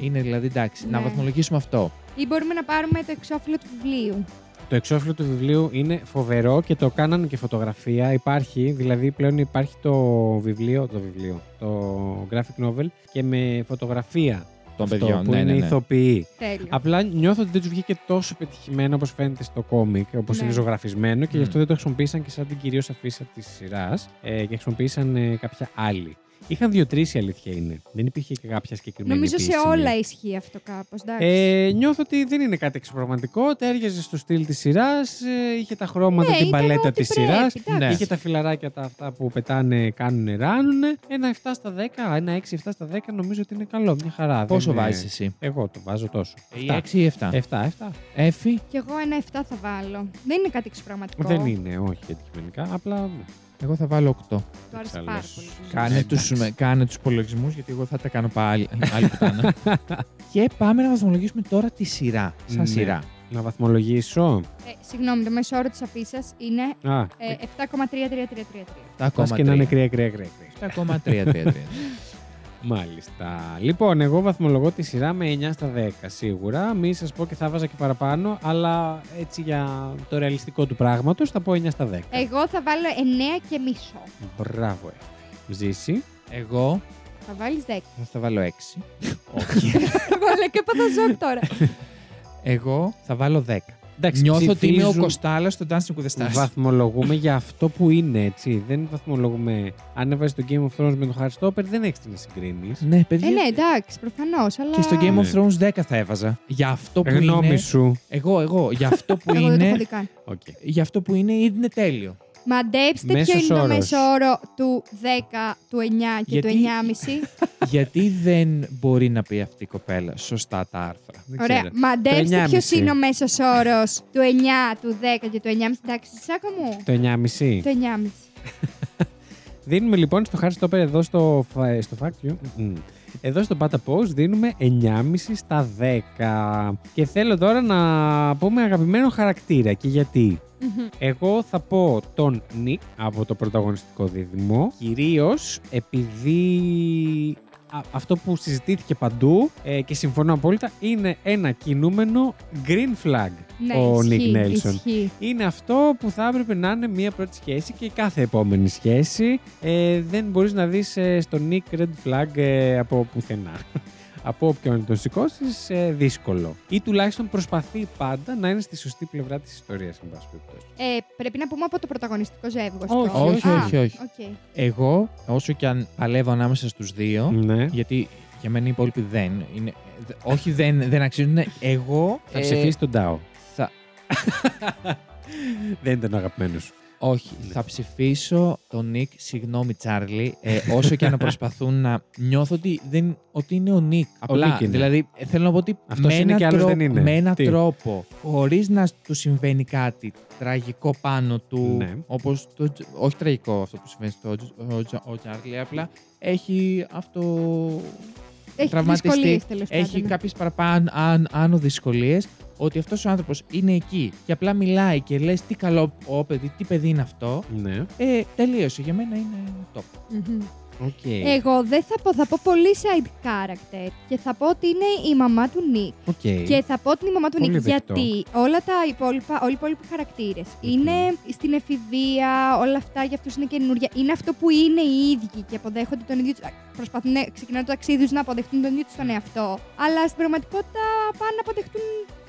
Speaker 3: Είναι δηλαδή εντάξει. Να
Speaker 2: Ναι.
Speaker 3: βαθμολογήσουμε αυτό.
Speaker 2: Ή μπορούμε να πάρουμε το εξώφυλλο του βιβλίου.
Speaker 1: Το εξώφυλλο του βιβλίου είναι φοβερό και το κάνανε και φωτογραφία. Υπάρχει, δηλαδή πλέον υπάρχει το βιβλίο, το βιβλίο, το graphic novel και με φωτογραφία
Speaker 3: Των
Speaker 1: αυτό
Speaker 3: παιδιών.
Speaker 1: που
Speaker 3: ναι,
Speaker 1: είναι
Speaker 3: ναι, ναι.
Speaker 1: ηθοποιοί.
Speaker 2: Τέλειο.
Speaker 1: Απλά νιώθω ότι δεν τους βγήκε τόσο πετυχημένο όπως φαίνεται στο κόμικ, όπως
Speaker 2: Ναι.
Speaker 1: είναι ζωγραφισμένο και γι' αυτό
Speaker 3: Μμμ.
Speaker 1: δεν το χρησιμοποίησαν και σαν την κυρίως αφίσα της σειράς ε, και χρησιμοποίησαν ε, κάποια άλλη. Είχαν δύο-τρει η αλήθεια είναι. Δεν υπήρχε και κάποια συγκεκριμένη.
Speaker 2: Νομίζω σε
Speaker 1: επίσημη.
Speaker 2: όλα ισχύει αυτό κάπως. Ε,
Speaker 1: Ε, νιώθω ότι δεν είναι κάτι εξωπραγματικό. Τέριαζε στο στυλ της σειράς, είχε τα χρώματα,
Speaker 2: Ναι,
Speaker 1: την
Speaker 2: ήταν
Speaker 1: παλέτα ναι.
Speaker 2: ό,τι
Speaker 1: της
Speaker 2: πρέπει, Ναι.
Speaker 1: σειράς.
Speaker 2: εντάξει.
Speaker 1: Είχε τα φιλαράκια τα αυτά που πετάνε, κάνουν, ράνουν. Ένα 7 στα 10, ένα 6-7 στα 10 νομίζω ότι είναι καλό. Μια χαρά.
Speaker 3: Πόσο
Speaker 1: δεν είναι-
Speaker 3: βάζεις εσύ.
Speaker 1: Εγώ το βάζω τόσο.
Speaker 3: Ή
Speaker 1: 7.
Speaker 3: 6 ή 7.
Speaker 1: 7, 7.
Speaker 3: Έφη.
Speaker 2: Κι εγώ ένα 7 θα βάλω. Δεν είναι κάτι εξωπραγματικό.
Speaker 1: Δεν είναι, όχι αντικειμενικά. Απλά. ναι.
Speaker 3: Εγώ θα βάλω 8.
Speaker 2: Του άρεσε
Speaker 1: Καλώς.
Speaker 2: πάρα πολύ.
Speaker 3: Κάνε
Speaker 1: Εντάξει.
Speaker 3: τους, με- κάνε τους υπολογισμούς γιατί εγώ θα τα κάνω πάλι άλλη πουτάνα. και πάμε να βαθμολογήσουμε τώρα τη σειρά. Σαν
Speaker 1: Ναι.
Speaker 3: σειρά.
Speaker 1: Να βαθμολογήσω.
Speaker 2: Ε, συγγνώμη, το μέσο όρο της αφήσα είναι
Speaker 1: Α,
Speaker 2: ε, 7,3333.
Speaker 1: πας και να είναι κρύα, κρύα, κρύα. κρύα.
Speaker 3: 7,333.
Speaker 1: Μάλιστα. Λοιπόν, εγώ βαθμολογώ τη σειρά με 9 στα 10 σίγουρα. Μην σας πω και θα βάζα και παραπάνω, αλλά έτσι για το ρεαλιστικό του πράγματος θα πω 9 στα 10.
Speaker 2: Εγώ θα βάλω 9 και μισό.
Speaker 1: Μπράβο, Εφη. Ζήσει.
Speaker 3: εγώ
Speaker 2: Θα βάλεις 10.
Speaker 3: θα βάλω 6.
Speaker 2: Βάλε και από τα ζώα τώρα.
Speaker 3: Εγώ θα βάλω 10.
Speaker 1: Εντάξει,
Speaker 3: Νιώθω ότι είμαι ο
Speaker 1: ψηφίζουν-
Speaker 3: Κοστάλας στο Dancing with the Stars.
Speaker 1: Βαθμολογούμε για αυτό που είναι, έτσι. Δεν βαθμολογούμε. Αν έβαζες το Game of Thrones με το Hardstopper, δεν έχεις τι να συγκρίνεις.
Speaker 3: Ναι, παιδιά.
Speaker 2: ε, ναι, εντάξει, προφανώς. Αλλά...
Speaker 3: Και στο Game
Speaker 1: Ναι.
Speaker 3: of Thrones 10 θα έβαζα. Για αυτό που
Speaker 1: Γνώμη
Speaker 3: είναι.
Speaker 1: σου.
Speaker 3: Εγώ, εγώ. Για αυτό που
Speaker 2: Εγώ δεν το έχω
Speaker 3: είναι.
Speaker 2: δει καν.
Speaker 1: Okay.
Speaker 3: Για αυτό που είναι, είναι τέλειο.
Speaker 2: Μαντέψτε ποιο
Speaker 1: Μέσος
Speaker 2: είναι το
Speaker 1: όρος.
Speaker 2: μέσο όρο του 10, του 9 και
Speaker 3: Γιατί-
Speaker 2: του 9,5.
Speaker 3: Γιατί δεν μπορεί να πει αυτή η κοπέλα σωστά τα άρθρα.
Speaker 2: Ωραία. Μαντέψτε
Speaker 1: Το
Speaker 2: ποιο
Speaker 1: 9,5.
Speaker 2: είναι ο μέσος όρος του 9, του 10 και του 9,5. Εντάξει, τσάκα μου.
Speaker 1: Το 9,5.
Speaker 2: Το 9,5.
Speaker 1: Δίνουμε λοιπόν στο Hard Stopper εδώ στο, φα- στο Fact You. Μμμ. Εδώ στο Pata Post δίνουμε 9,5 στα 10. Και θέλω τώρα να πούμε αγαπημένο χαρακτήρα και γιατί.
Speaker 2: Μμμ.
Speaker 1: Εγώ θα πω τον Νικ από το πρωταγωνιστικό δίδυμο. Κυρίως επειδή α- αυτό που συζητήθηκε παντού ε, και συμφωνώ απόλυτα είναι ένα κινούμενο green flag
Speaker 2: Ναι,
Speaker 1: ο Νικ
Speaker 2: ισχύει,
Speaker 1: Νέλσον
Speaker 2: ισχύει.
Speaker 1: είναι αυτό που θα έπρεπε να είναι μία πρώτη σχέση και κάθε επόμενη σχέση. Ε, δεν μπορείς να δεις ε, στον Nick Red Flag ε, από πουθενά. από όποιον τον σηκώσεις, ε, δύσκολο. Ή τουλάχιστον προσπαθεί πάντα να είναι στη σωστή πλευρά της ιστορίας, εν πάση περιπτώσει.
Speaker 2: Ε, πρέπει να πούμε από το πρωταγωνιστικό ζεύγος.
Speaker 1: Όχι,
Speaker 3: όχι,
Speaker 2: Α,
Speaker 3: όχι, όχι.
Speaker 2: οκ.
Speaker 3: Εγώ, όσο και αν παλεύω ανάμεσα στους δύο,
Speaker 1: Ναι.
Speaker 3: γιατί για μένα οι υπόλοιποι δεν. Είναι, δε- όχι, δεν, δεν αξίζουν. ναι, Εγώ.
Speaker 1: Θα
Speaker 3: ε,
Speaker 1: ψηφίσει τον Τάο.
Speaker 3: θα-
Speaker 1: δεν ήταν αγαπημένος.
Speaker 3: όχι,
Speaker 1: Ναι.
Speaker 3: θα ψηφίσω τον Νικ. Συγγνώμη, Τσάρλι. Ε, όσο και αν προσπαθούν να. Νιώθω ότι, δεν, ότι είναι ο Νικ. Απλά.
Speaker 1: Νικ είναι.
Speaker 3: Δηλαδή, ε, θέλω να πω ότι
Speaker 1: Αυτός
Speaker 3: με
Speaker 1: είναι
Speaker 3: ένα,
Speaker 1: και άλλος
Speaker 3: τρόπο,
Speaker 1: δεν είναι.
Speaker 3: με ένα
Speaker 1: Τι?
Speaker 3: τρόπο, χωρίς να του συμβαίνει κάτι τραγικό πάνω του.
Speaker 1: Ναι.
Speaker 3: Όπως το, Τζ- όχι τραγικό αυτό που συμβαίνει στο Τζ- ο Τζα- ο Τσάρλι, απλά έχει αυτό.
Speaker 2: Έχει
Speaker 3: τραυματιστεί,
Speaker 2: δυσκολίες τέλος πάντων.
Speaker 3: έχει κάποιες παραπάνω αν, άνω δυσκολίες, ότι αυτός ο άνθρωπος είναι εκεί και απλά μιλάει και λες τι καλό ο παιδί, τι παιδί είναι αυτό.
Speaker 1: Ναι.
Speaker 3: Ε, τελείωσε. Για μένα είναι top.
Speaker 2: Μμμ.
Speaker 1: Οκ.
Speaker 2: Εγώ δεν θα πω, θα πω πολύ side character και θα πω ότι είναι η μαμά του Νίκ.
Speaker 1: Οκ.
Speaker 2: Και θα πω την η μαμά του
Speaker 1: Πολύ
Speaker 2: Νίκ
Speaker 1: δεκτό.
Speaker 2: γιατί όλα τα υπόλοιπα, όλοι οι υπόλοιποι χαρακτήρες είναι στην εφηβεία, όλα αυτά για αυτούς είναι καινούρια. Είναι αυτό που είναι οι ίδιοι και αποδέχονται τον ίδιο τους. Προσπαθούν, ε, ξεκινάνε το ταξίδι του να αποδεχτούν τον ίδιο τους τον εαυτό. Αλλά στην πραγματικότητα πάνε να αποδεχτούν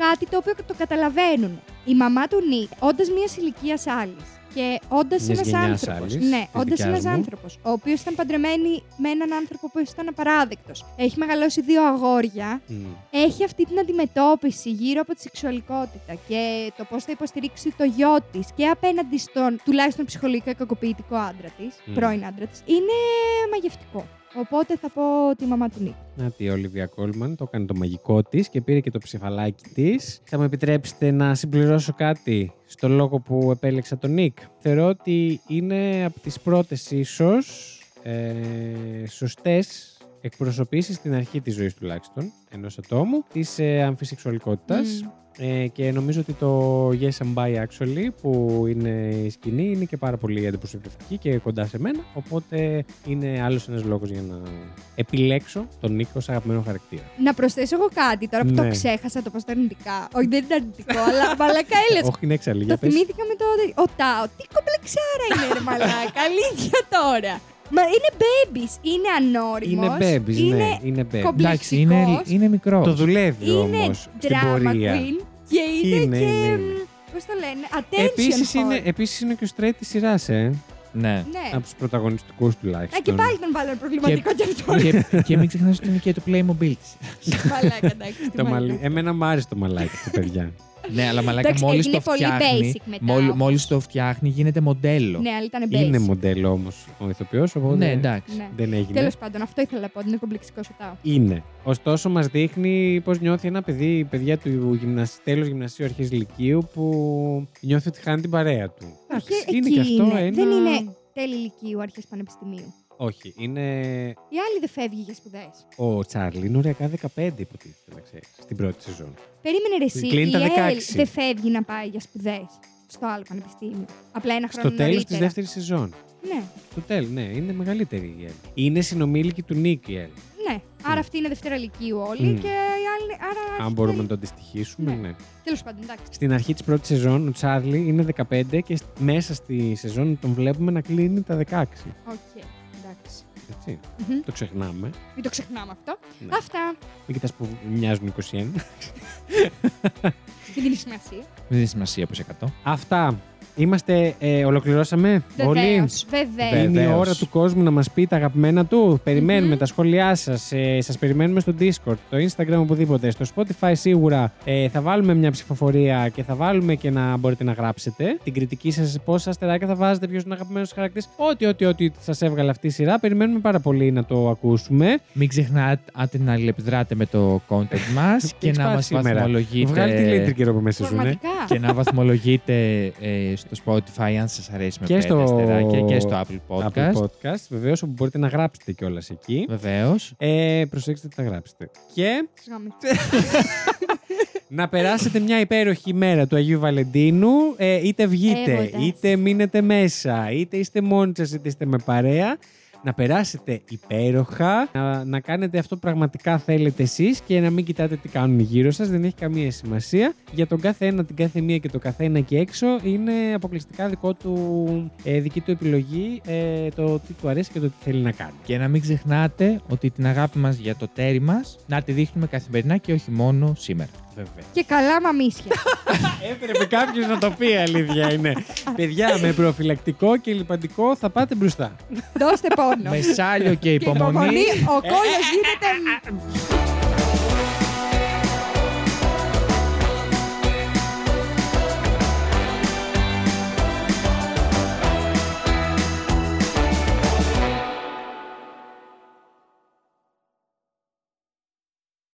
Speaker 2: κάτι το οποίο το καταλαβαίνουν. Η μαμά του Νίκ, όντας μιας ηλικίας άλλης και όντας
Speaker 1: Μιας
Speaker 2: ένας
Speaker 1: γενιάς
Speaker 2: άνθρωπος.
Speaker 1: άλλης,
Speaker 2: Ναι,
Speaker 1: της
Speaker 2: όντας
Speaker 1: δικιάς μου.
Speaker 2: ένα άνθρωπος. Ο οποίος ήταν παντρεμένη με έναν άνθρωπο που ήταν απαράδεκτος. Έχει μεγαλώσει δύο αγόρια
Speaker 1: Μμ.
Speaker 2: έχει αυτή την αντιμετώπιση γύρω από τη σεξουαλικότητα και το πώς θα υποστηρίξει το γιο της και απέναντι στον τουλάχιστον ψυχολογικά κακοποιητικό άντρα της,
Speaker 1: Μμ.
Speaker 2: πρώην άντρα της, είναι μαγευτικό. Οπότε θα πω τη μαμά του Νίκ.
Speaker 1: Να τη η Ολιβία Κόλμαν, το έκανε το μαγικό της και πήρε και το ψηφαλάκι της. Θα μου επιτρέψετε να συμπληρώσω κάτι στο λόγο που επέλεξα τον Νίκ. Θεωρώ ότι είναι από τις πρώτες ίσως ε, σωστές εκπροσωπήσεις στην αρχή της ζωής τουλάχιστον ενός ατόμου της ε,
Speaker 2: Mm.
Speaker 1: αμφισεξουαλικότητας. Ε, και νομίζω ότι το Yes and Bye Actually που είναι η σκηνή είναι και πάρα πολύ αντιπροσωπευτική και κοντά σε μένα. Οπότε είναι άλλος ένας λόγος για να επιλέξω τον Νίκο ως αγαπημένο χαρακτήρα.
Speaker 2: Να προσθέσω εγώ κάτι τώρα που
Speaker 1: Ναι.
Speaker 2: το ξέχασα, το πω τα αρνητικά. Όχι, δεν είναι αρνητικό, αλλά μαλακά έλεος.
Speaker 1: Όχι, είναι έξαλλη.
Speaker 2: Το
Speaker 1: Για πες.
Speaker 2: θυμήθηκα με το. Ο Τάο. Τι κομπλεξάρα είναι, ρε Μαλάκα. Αλήθεια τώρα. Μα είναι babies. Είναι ανώριμος.
Speaker 1: Είναι babies, ναι. Είναι babies.
Speaker 2: κομπλέ-
Speaker 3: Εντάξει, είναι,
Speaker 2: Πληκτικός.
Speaker 3: είναι μικρός.
Speaker 1: Το δουλεύει
Speaker 2: Είναι
Speaker 1: όμως στην
Speaker 2: drama
Speaker 1: πορεία.
Speaker 2: queen και είναι,
Speaker 1: Είναι,
Speaker 2: και.
Speaker 1: είναι, είναι.
Speaker 2: Πώς το λένε, attention.
Speaker 1: Επίσης
Speaker 2: whore.
Speaker 1: είναι, επίσης είναι και ο straight της σειράς, ε.
Speaker 3: Ναι.
Speaker 2: Ναι.
Speaker 1: Από τους πρωταγωνιστικούς τουλάχιστον.
Speaker 2: Α, Ε, και πάλι τον βάλω προβληματικό κι αυτό.
Speaker 3: και, και μην ξεχνάς ότι είναι και το Playmobil της.
Speaker 2: Μαλάκα, εντάξει. τι
Speaker 1: Το
Speaker 2: μαλάκα.
Speaker 1: μαλλί- Εμένα μου άρεσε το μαλάκι του, παιδιά.
Speaker 3: ναι, αλλά μαλάκα
Speaker 2: Εντάξει,
Speaker 3: μόλις
Speaker 2: έγινε
Speaker 3: το
Speaker 2: πολύ
Speaker 3: φτιάχνει.
Speaker 2: basic μετά
Speaker 3: Μόλι
Speaker 2: όμως.
Speaker 3: μόλις το φτιάχνει γίνεται μοντέλο.
Speaker 2: Ναι, αλλά ήταν
Speaker 1: είναι
Speaker 2: basic.
Speaker 1: μοντέλο όμως ο ηθοποιός, οπότε
Speaker 3: Ναι, εντάξει.
Speaker 2: Ναι.
Speaker 1: δεν έγινε.
Speaker 2: Τέλος πάντων, αυτό ήθελα να πω, ότι είναι κομπλεξικό σου τάο.
Speaker 1: Είναι. Ωστόσο, μας δείχνει πώς νιώθει ένα παιδί, παιδιά του γυμνασ... τέλος γυμνασίου, αρχέ Λυκείου, που νιώθει ότι χάνει την παρέα του. Εντάξει,
Speaker 2: Και
Speaker 1: είναι
Speaker 2: ε, εκεί
Speaker 1: και αυτό
Speaker 2: είναι.
Speaker 1: ένα.
Speaker 2: Δεν είναι τέλη ηλικίου, αρχές πανεπιστημίου.
Speaker 1: Όχι, είναι.
Speaker 2: Η άλλη δεν φεύγει για σπουδές.
Speaker 1: Ο Τσάρλι είναι ωριακά 15, υποτίθεται, να ξέρεις, στην πρώτη σεζόν.
Speaker 2: Περίμενε ρε, εσύ.
Speaker 1: Κλείνει
Speaker 2: Η
Speaker 1: τα
Speaker 2: Ελ
Speaker 1: 16.
Speaker 2: δεν φεύγει να πάει για σπουδές στο άλλο πανεπιστήμιο. Απλά ένα χρόνο
Speaker 1: Στο τέλος της
Speaker 2: νωρίτερα.
Speaker 1: δεύτερης σεζόν.
Speaker 2: Ναι,
Speaker 1: Στο τέλο, ναι, είναι μεγαλύτερη η Ελ. Είναι συνομήλικη του Νίκ η Ελ.
Speaker 2: ναι. Άρα αυτή είναι δευτέρα ηλικίου όλοι
Speaker 1: Μμ.
Speaker 2: και η άλλη. Άρα
Speaker 1: Αν μπορούμε να το αντιστοιχίσουμε,
Speaker 2: Ναι.
Speaker 1: ναι.
Speaker 2: Τέλος πάντων, εντάξει.
Speaker 1: Στην αρχή της πρώτης σεζόν, ο Τσάρλι είναι 15 και σ- μέσα στη σεζόν τον βλέπουμε να κλείνει τα 16.
Speaker 2: Οκ. Εντάξει.
Speaker 1: Έτσι.
Speaker 2: Μμμ.
Speaker 1: Το ξεχνάμε.
Speaker 2: Μην το ξεχνάμε αυτό.
Speaker 1: Ναι.
Speaker 2: Αυτά.
Speaker 1: Μην κοιτάς που μοιάζουν 21.
Speaker 2: Δεν δίνεις σημασία.
Speaker 3: Δεν έχει σημασία πως 100.
Speaker 1: Αυτά. Είμαστε, ε, ολοκληρώσαμε
Speaker 2: Βεβαίως.
Speaker 1: όλοι.
Speaker 2: Βεβαίως.
Speaker 1: Είναι η
Speaker 3: Βεβαίως.
Speaker 1: ώρα του κόσμου να μας πει τα αγαπημένα του. Περιμένουμε
Speaker 2: Μμμ.
Speaker 1: τα σχόλιά σας. Ε, σας περιμένουμε στο Discord, το Instagram, οπουδήποτε. Στο Spotify σίγουρα ε, θα βάλουμε μια ψηφοφορία και θα βάλουμε και να μπορείτε να γράψετε την κριτική σας, πόσα αστεράκια θα βάζετε, ποιος είναι ο αγαπημένος χαρακτής. Ό,τι, ό,τι, ό,τι σας έβγαλε αυτή η σειρά. Περιμένουμε πάρα πολύ να το ακούσουμε.
Speaker 3: Μην ξεχνάτε να αλληλεπιδράτε με το content μας και να
Speaker 1: Έχεις
Speaker 3: μας
Speaker 1: πάθει σήμερα. Βγάλει τη
Speaker 3: βαθμολογείτε.
Speaker 1: λέκτρη καιρό που μέσα σου, ναι.
Speaker 2: Πραγματικά.
Speaker 3: και να βαθμολογείτε ε, στο Spotify αν σας αρέσει με
Speaker 1: Και
Speaker 3: πέντε
Speaker 1: στο-
Speaker 3: αστεράκια και στο Apple Podcast.
Speaker 1: Podcast. podcast Βεβαίως, όπου μπορείτε να γράψετε κιόλας εκεί.
Speaker 3: Βεβαίως.
Speaker 1: Ε, προσέξτε τι θα γράψετε. Και
Speaker 2: Συγγνώμη.
Speaker 1: να περάσετε μια υπέροχη ημέρα του Αγίου Βαλεντίνου. Ε, είτε βγείτε,
Speaker 2: Έρωτας.
Speaker 1: είτε μείνετε μέσα, είτε είστε μόνοι σας, είτε είστε με παρέα. Να περάσετε υπέροχα, να, να κάνετε αυτό που πραγματικά θέλετε εσείς και να μην κοιτάτε τι κάνουν γύρω σας, δεν έχει καμία σημασία. Για τον κάθε ένα, την κάθε μία και το κάθε ένα και έξω είναι αποκλειστικά δικό του, ε, δική του επιλογή ε, το τι του αρέσει και το τι θέλει να κάνει.
Speaker 3: Και να μην ξεχνάτε ότι την αγάπη μας για το τέρι μας να τη δείχνουμε καθημερινά και όχι μόνο σήμερα.
Speaker 1: Βέβαια.
Speaker 2: Και καλά μαμίσια.
Speaker 1: Έπρεπε κάποιος να το πει, η αλήθεια είναι. Παιδιά, με προφυλακτικό και λιπαντικό θα πάτε μπροστά.
Speaker 2: Δώστε πόνο.
Speaker 3: Με σάλιο και
Speaker 2: Ναι. Και υπομονή,
Speaker 3: υπομονή.
Speaker 2: ο κόλλος γίνεται